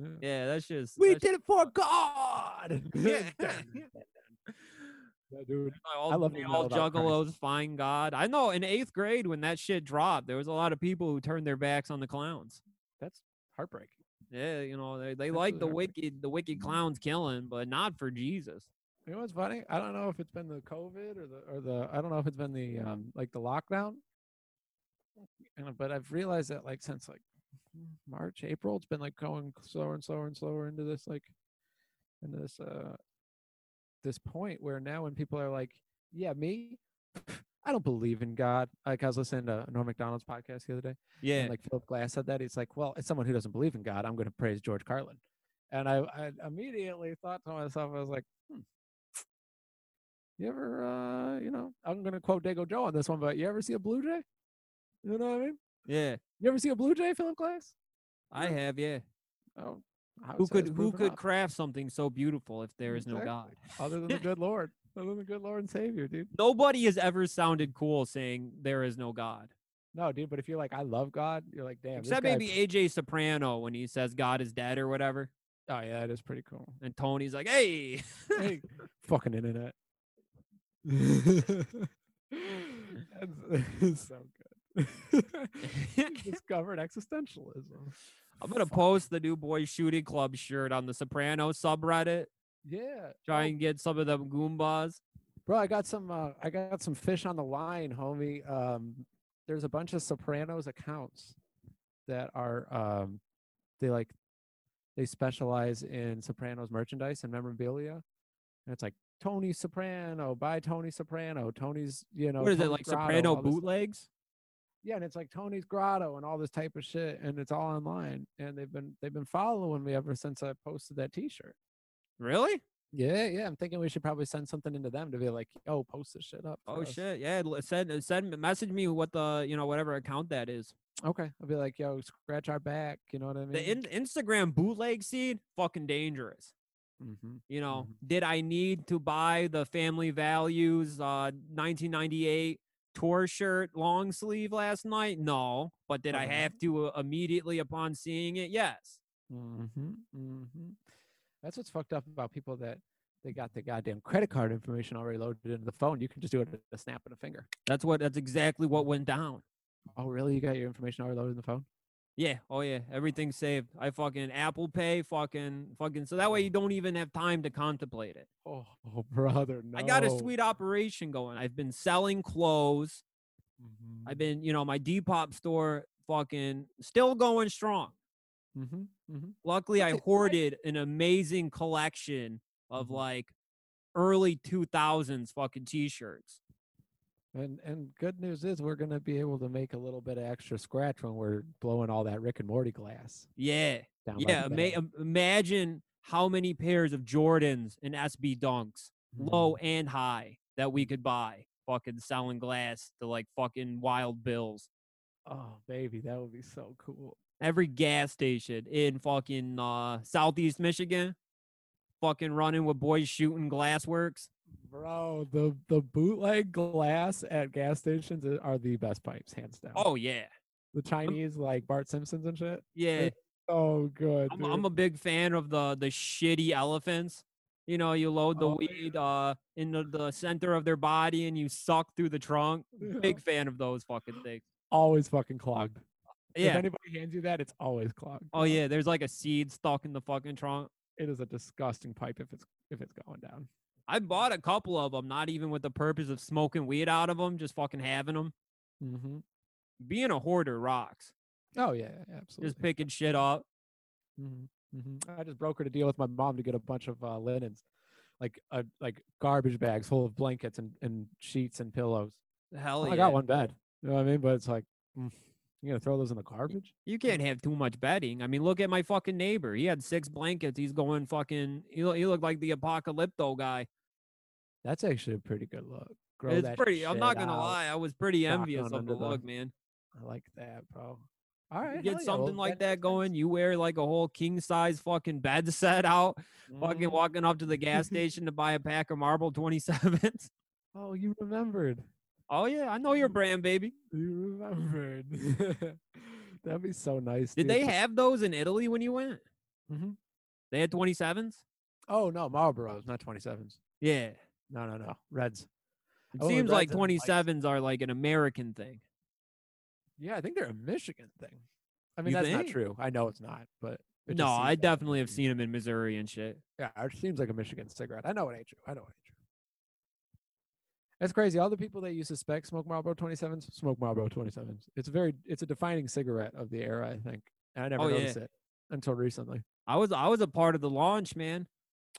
S4: Yeah.
S3: Yeah, that's just
S4: We
S3: that's-
S4: did it for God.
S3: Yeah.
S4: Yeah, dude.
S3: all,
S4: I love
S3: they
S4: the
S3: all
S4: metal about Christ.
S3: juggalos find God. I know in eighth grade when that shit dropped, there was a lot of people who turned their backs on the clowns.
S4: That's heartbreaking.
S3: Yeah, you know they, they like the
S4: Absolutely.
S3: wicked the wicked clowns killing, but not for Jesus.
S4: You know what's funny? I don't know if it's been the COVID or the or the I don't know if it's been the um like the lockdown. Uh, But I've realized that like since like March, April, it's been like going slower and slower and slower into this like into this uh this point where now when people are like, Yeah, me, I don't believe in God. Like I was listening to Norm McDonald's podcast the other day.
S3: Yeah,
S4: And like Philip Glass said that, he's like, well, as someone who doesn't believe in God, I'm going to praise George Carlin. And I, I immediately thought to myself, I was like, hmm, you ever, uh, you know, I'm going to quote Dago Joe on this one, but you ever see a blue jay? You know what I mean?
S3: yeah,
S4: You ever see a blue jay, Philip Glass?
S3: I have yeah.
S4: Oh, I would
S3: Who
S4: say
S3: could
S4: that's
S3: who
S4: proven
S3: could
S4: up,
S3: craft something so beautiful if there is no God?
S4: Exactly. other than the good Lord, other than the good Lord and Savior, dude.
S3: Nobody has ever sounded cool saying there is no God,
S4: No, dude, but if you're like, I love God, you're like, damn. this
S3: except
S4: guy-
S3: maybe AJ Soprano when he says God is dead or whatever,
S4: Oh yeah, that is pretty cool.
S3: and Tony's like, hey,
S4: Hey, fucking internet. That's, it's so good. You discovered existentialism.
S3: I'm gonna post the new boy shooting club shirt on the Soprano subreddit.
S4: Yeah,
S3: Try and get some of them goombas.
S4: bro. I got some. Uh, I got some fish on the line, homie. Um, there's a bunch of Sopranos accounts that are um, they like they specialize in Sopranos merchandise and memorabilia, and it's like Tony Soprano by Tony Soprano. Tony's, you know,
S3: what is it
S4: Tony's
S3: like
S4: Grotto,
S3: Soprano
S4: all this-
S3: bootlegs?
S4: yeah and it's like tony's grotto and all this type of shit and it's all online and they've been they've been following me ever since i posted that t-shirt
S3: Really?
S4: yeah yeah i'm thinking we should probably send something into them to be like oh post this shit up for
S3: Oh
S4: us."
S3: shit! Yeah, l- send uh, send message me what the you know whatever account that is.
S4: okay i'll be like yo scratch our back you know what i mean
S3: The in- Instagram bootleg scene, fucking dangerous.
S4: Mhm.
S3: You know, did I need to buy the Family Values uh 1998 tour shirt long sleeve last night? No, but did I
S4: Uh-huh.
S3: have to uh, immediately upon seeing it? Yes.
S4: Mhm, mhm. that's what's fucked up about people that they got the goddamn credit card information already loaded into the phone you can just do it at a snap of a finger
S3: That's what. That's exactly what went down.
S4: oh really you got your information already loaded in the phone
S3: Yeah. Oh yeah. Everything's saved. I fucking Apple Pay. Fucking fucking. So that way
S4: Mm.
S3: you don't even have time to contemplate it.
S4: oh, brother no.
S3: I got a sweet operation going. I've been selling clothes.
S4: Mm-hmm,
S3: I've
S4: Mm.
S3: been, you know, my Depop store fucking still going strong.
S4: mm-hmm, mm-hmm.
S3: Luckily, I
S4: Okay, right.
S3: hoarded an amazing collection of
S4: Mhm.
S3: like early 2000s fucking t-shirts.
S4: And and good news is we're gonna be able to make a little bit of extra scratch when we're blowing all that Rick and Morty glass
S3: Yeah.
S4: down. by the
S3: Yeah, ma- um,
S4: bay.
S3: im- imagine how many pairs of Jordans and SB Dunks,
S4: Mm-hmm.
S3: low
S4: Mm.
S3: and high, that we could buy fucking selling glass to like fucking wild bills.
S4: Oh baby, that would be so cool.
S3: every gas station in fucking uh, southeast Michigan, fucking running with boys shooting glassworks.
S4: Bro, the the bootleg glass at gas stations i- are the best pipes, hands down.
S3: Oh yeah,
S4: the Chinese like Bart Simpsons and shit.
S3: yeah.
S4: Oh good.
S3: I'm, I'm a big fan of the the shitty elephants. You know, you load the
S4: Oh, yeah.
S3: weed uh, in the, the center of their body and you suck through the trunk.
S4: dude.
S3: Big fan of those fucking things.
S4: always fucking clogged. If
S3: Yeah.
S4: anybody hands you that, it's always clogged.
S3: Oh
S4: bro.
S3: yeah. There's like a seed stuck in the fucking trunk.
S4: It is a disgusting pipe if it's if it's going down.
S3: I bought a couple of them, not even with the purpose of smoking weed out of them, just fucking having them.
S4: Mm-hmm.
S3: Being a hoarder rocks.
S4: Oh yeah, yeah, absolutely.
S3: Just picking shit up.
S4: Mm-hmm. I just brokered a deal with my mom to get a bunch of uh, linens, like uh, like garbage bags full of blankets and, and sheets and pillows.
S3: Hell
S4: Oh, I
S3: yeah.
S4: got one bed. You know what I mean? But it's like mm, you gonna throw those in the garbage?
S3: You can't have too much bedding. I mean, look at my fucking neighbor. He had six blankets. He's going fucking. He, lo- he looked like the apocalypto guy.
S4: That's actually a pretty good look. Grow
S3: It's
S4: that
S3: pretty. I'm
S4: shit
S3: not gonna
S4: out.
S3: lie. I was pretty
S4: Rock on
S3: envious of the
S4: under the-
S3: look, man.
S4: I like that, bro. All
S3: You
S4: right,
S3: get
S4: hell yeah,
S3: something
S4: well,
S3: like
S4: that
S3: that going. You wear like a whole king size fucking bed set out. Fucking
S4: Mhm.
S3: walking up to the gas station to buy a pack of Marble 27s.
S4: Oh, you remembered.
S3: Oh yeah, I know your brand, baby.
S4: You remembered. That'd be so nice.
S3: Did
S4: dude,
S3: they
S4: to-
S3: have those in Italy when you went?
S4: Mhm.
S3: They had 27s.
S4: Oh no, Marlboros, not twenty sevens.
S3: Yeah.
S4: No, no, no. Reds.
S3: It
S4: I went with
S3: seems like
S4: Reds and Vikes.
S3: 27s are like an American thing.
S4: Yeah, I think they're a Michigan thing. I mean,
S3: You
S4: that's
S3: think?
S4: not true. I know it's not, but it just
S3: No,
S4: seems
S3: I
S4: like a
S3: definitely have
S4: Michigan-
S3: seen them in Missouri and shit.
S4: Yeah, it seems like a Michigan cigarette. I know it ain't true. I know it ain't true. That's crazy. All the people that you suspect smoke Marlboro 27s smoke Marlboro 27s. It's very, it's a defining cigarette of the era, I think. And I never
S3: Oh, yeah.
S4: noticed it until recently.
S3: I was I was a part of the launch, man. Mm-hmm,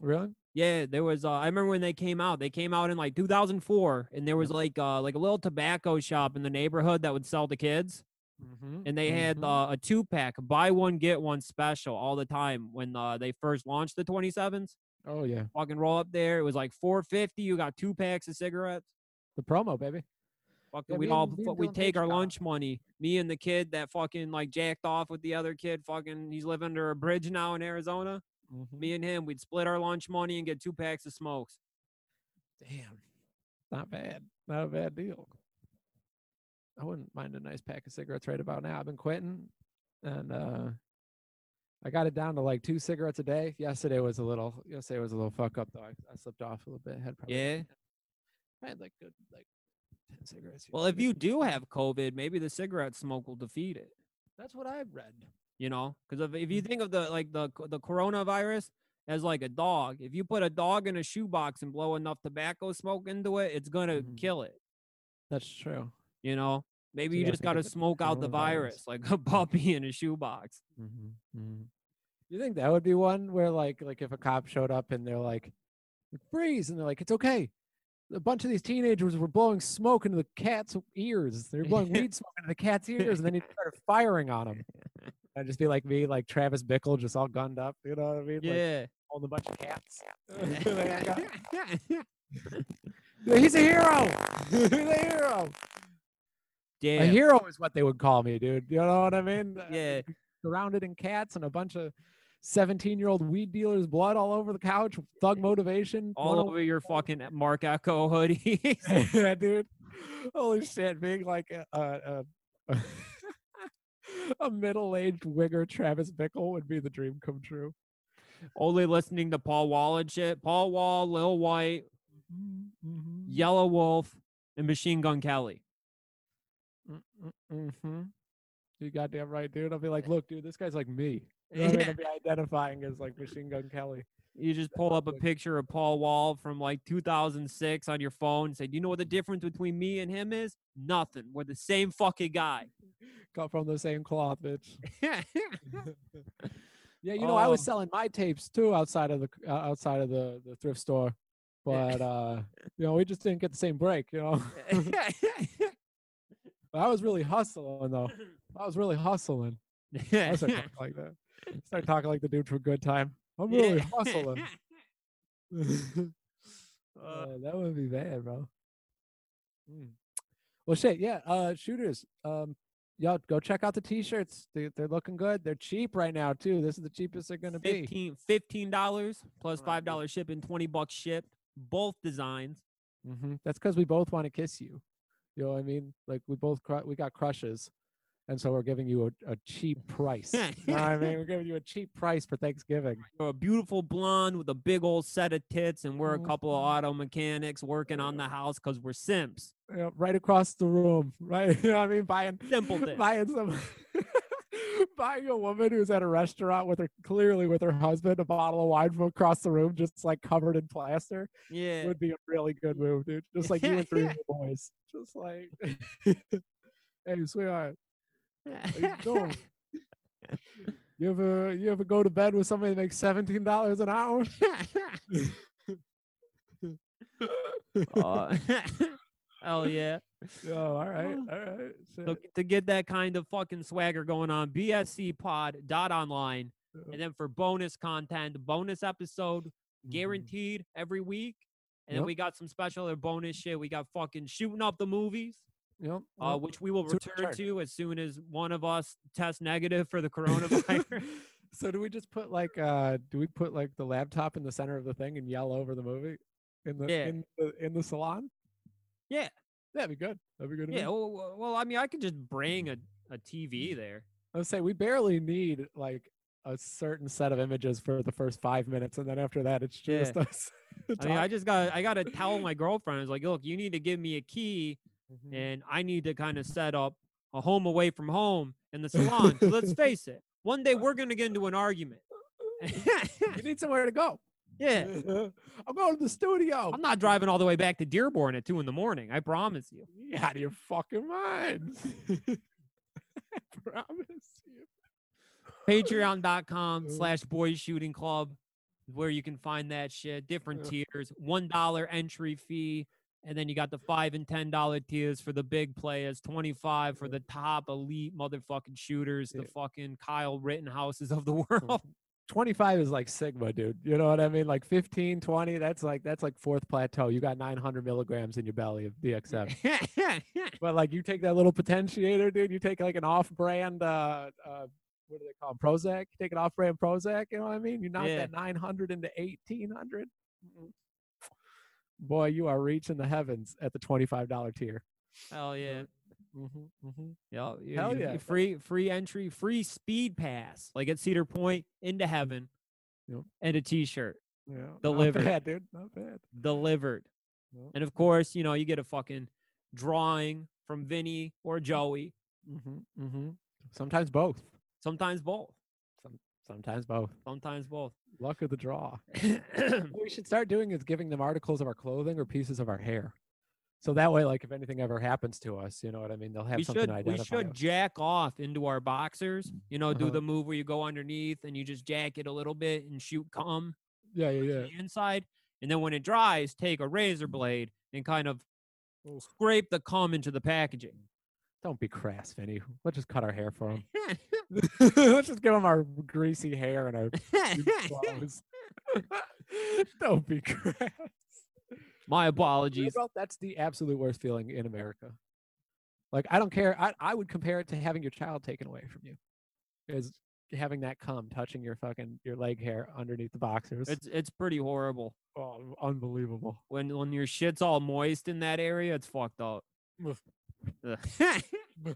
S4: Really?
S3: Yeah, there was. Uh, I remember when they came out. They came out in like 2004, and there was like uh, like a little tobacco shop in the neighborhood that would sell to kids,
S4: Mm-hmm.
S3: and they had
S4: Mhm.
S3: uh, a two pack, buy one get one special all the time when uh, they first launched the 27s.
S4: Oh yeah,
S3: Fucking roll up there, it was like 450. You got two packs of cigarettes.
S4: the promo, baby.
S3: Fucking,
S4: Yeah,
S3: we'd
S4: me
S3: all
S4: and- me and
S3: fu- we'd
S4: Dylan
S3: take
S4: Page
S3: our
S4: got 'em.
S3: lunch money. Me and the kid that fucking like jacked off with the other kid. Fucking, he's living under a bridge now in Arizona.
S4: Mm-hmm.
S3: Me and him, we'd split our lunch money and get two packs of smokes.
S4: Damn, not bad. Not a bad deal. I wouldn't mind a nice pack of cigarettes right about now. I've been quitting, and uh, I got it down to like two cigarettes a day. Yesterday was a little. Yesterday was a little fuck up though. I, I slipped off a little bit. Had probably
S3: Yeah.
S4: I had like good like ten cigarettes.
S3: Well, if
S4: yesterday.
S3: you do have COVID, maybe the cigarette smoke will defeat it.
S4: that's what I've read.
S3: You know, because if,
S4: Mm.
S3: if you think of the like the co- the coronavirus as like a dog, if you put a dog in a shoebox and blow enough tobacco smoke into it, it's gonna
S4: Mhm.
S3: kill it.
S4: That's true.
S3: You know, maybe
S4: you
S3: you
S4: gotta
S3: just
S4: think of
S3: gotta
S4: the
S3: smoke out the
S4: coronavirus.
S3: virus like a puppy in a shoebox.
S4: Mm-hmm. You think that would be one where like like if a cop showed up and they're like, "Freeze," and they're like, "It's okay." A bunch of these teenagers were blowing smoke into the cat's ears. They're blowing weed smoke into the cat's ears, and then he started firing on them. I'd just be like me, like Travis Bickle, just all gunned up. You know what I mean? Like
S3: Yeah.
S4: holding a bunch of cats. Like, I got- He's a hero. He's a hero. A
S3: Damn.
S4: hero is what they would call me, dude. You know what I mean? Uh,
S3: Yeah.
S4: surrounded in cats and a bunch of 17 year old weed dealers blood all over the couch thug motivation
S3: All
S4: mono-
S3: over your fucking uh, Mark Echo hoodie.
S4: yeah dude holy shit being like a, a, a, a middle-aged wigger travis bickle would be the dream come true
S3: Only listening to Paul Wall and shit. Paul Wall, Lil White, Yellow Wolf, and Machine Gun Kelly.
S4: mm-hmm. you goddamn right dude i'll be like look dude this guy's like me you know what I mean? I'll be identifying as like machine gun kelly
S3: You just pull up a picture of Paul Wall from like 2006 on your phone and say, Do you know what the difference between me and him is? Nothing. We're the same fucking guy.
S4: cut from the same cloth bitch
S3: yeah.
S4: Yeah, you know, I was
S3: Oh.
S4: selling my tapes too outside of the c- uh, outside of the, the thrift store,
S3: Yeah.
S4: but uh, you know, we just didn't get the same break. You know, But I was really hustling though. I was really hustling. I start talking like that. Start talking like the dude for a good time. I'm really hustling. uh, that would be bad, bro. Mm. Well, shit, yeah. Uh, shooters, um, y'all go check out the t-shirts. They, they're looking good. They're cheap right now too. This is the cheapest they're gonna be.
S3: 15 $15 plus
S4: Alright,
S3: $5
S4: dude.
S3: shipping, 20 bucks shipped. Both designs.
S4: Mm-hmm. That's because we both want to kiss you. You know what I mean? Like we both cru- we got crushes, and so we're giving you a, a cheap price. you know what I mean, we're giving you a cheap price for Thanksgiving.
S3: You're a beautiful blonde with a big old set of tits, and we're a couple
S4: Mm-hmm.
S3: of auto mechanics working on the house because we're simps.
S4: You know, right across the room, right? You know what I mean? Buying
S3: Simple thing.
S4: buying some. Buying a woman who's at a restaurant with her clearly with her husband a bottle of wine from across the room, just like covered in plaster,
S3: Yeah.
S4: would be a really good move, dude. Just like you and three of your boys, just like, hey, sweetheart, How you doing? you ever you ever go to bed with somebody that makes seventeen dollars an hour?
S3: Oh, hell yeah.
S4: oh, all right,
S3: Oh.
S4: all right. Shit.
S3: So to get that kind of fucking swagger going on, bscpod.online.
S4: Yeah.
S3: And then for bonus content, bonus episode
S4: Mhm.
S3: guaranteed every week. And then
S4: Yep.
S3: we got some special or bonus shit. We got fucking shooting up the movies,
S4: Yep,
S3: uh,
S4: yep.
S3: which we will
S4: to
S3: return
S4: return.
S3: to as soon as one of us tests negative for the coronavirus.
S4: so do we just put like uh do we put like the laptop in the center of the thing and yell over the movie in the
S3: Yeah.
S4: in the in the salon?
S3: Yeah.
S4: That'd be good. That'd be good. to me.
S3: yeah. Well, well- well, I mean, I could just bring a, a TV there.
S4: I would say we barely need like a certain set of images for the first five minutes, and then after that, it's
S3: Yeah.
S4: just us.
S3: I mean, I just got I got to tell my girlfriend. I was like, look, you need to give me a key,
S4: Mm.
S3: and I need to kind of set up a home away from home in the salon. 'cause let's face it, one day we're gonna get into an argument.
S4: you need somewhere to go.
S3: yeah,
S4: I'm going to the studio.
S3: I'm not driving all the way back to Dearborn at two in the morning. I promise you.
S4: You out of your fucking mind. I promise you.
S3: Patreon.com slash boys shooting club is where you can find that shit. Different tiers. One dollar entry fee. And then you got the five and ten dollar tiers for the big players, twenty five for the top elite motherfucking shooters, the
S4: Yeah.
S3: fucking Kyle Rittenhouses of the world.
S4: 25 is like Sigma, dude. You know what I mean? Like 15, 20, that's like that's like fourth plateau. You got 900 milligrams in your belly of DXF. but like you take that little potentiator, dude. You take like an off-brand, uh, uh, what do they call 'em? Prozac? You take an off-brand Prozac. You know what I mean? You knock
S3: Yeah.
S4: that 900 into 1800. Mm. Boy, you are reaching the heavens at the $25 tier.
S3: Hell yeah. Mm-hmm, Yeah, you-
S4: Hell
S3: you-
S4: yeah.
S3: Free free entry, free speed pass, like at Cedar Point into heaven.
S4: Yep.
S3: And a t shirt.
S4: Yeah, not
S3: Delivered.
S4: bad, dude. Not bad.
S3: delivered.
S4: Yep.
S3: And of course, you know, you get a fucking drawing from Vinny or Joey,
S4: Mm-hmm, mm-hmm. Sometimes both.
S3: sometimes both,
S4: Sometimes both.
S3: sometimes both.
S4: Luck of the draw. What we should start doing is giving them articles of our clothing or pieces of our hair. So that way, like if anything ever happens to us, you know what I mean. They'll have
S3: we
S4: something to
S3: should we
S4: identify.
S3: should
S4: us.
S3: jack off into our boxers. You know, do
S4: Uh-huh.
S3: the move where you go underneath and you just jack it a little bit and shoot cum
S4: Yeah, yeah,
S3: to
S4: yeah.
S3: the inside. And then when it dries, take a razor blade and kind of
S4: Oof.
S3: scrape the cum into the packaging.
S4: Don't be crass, Vinny. Let's just cut our hair for them. Let's just give them our greasy hair and our clothes. Don't be crass.
S3: My apologies.
S4: Well, that's the absolute worst feeling in America. Like I don't care. I, I would compare it to having your child taken away from you. Is having that cum touching your fucking your leg hair underneath the boxers.
S3: It's it's pretty horrible.
S4: oh, unbelievable.
S3: when when your shit's all moist in that area, it's fucked up.
S4: Ugh.
S3: Ugh. all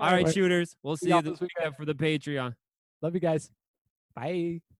S3: right,
S4: Anyway,
S3: shooters. We'll see you
S4: y'all
S3: this
S4: this weekend.
S3: weekend for the Patreon.
S4: Love you guys. Bye.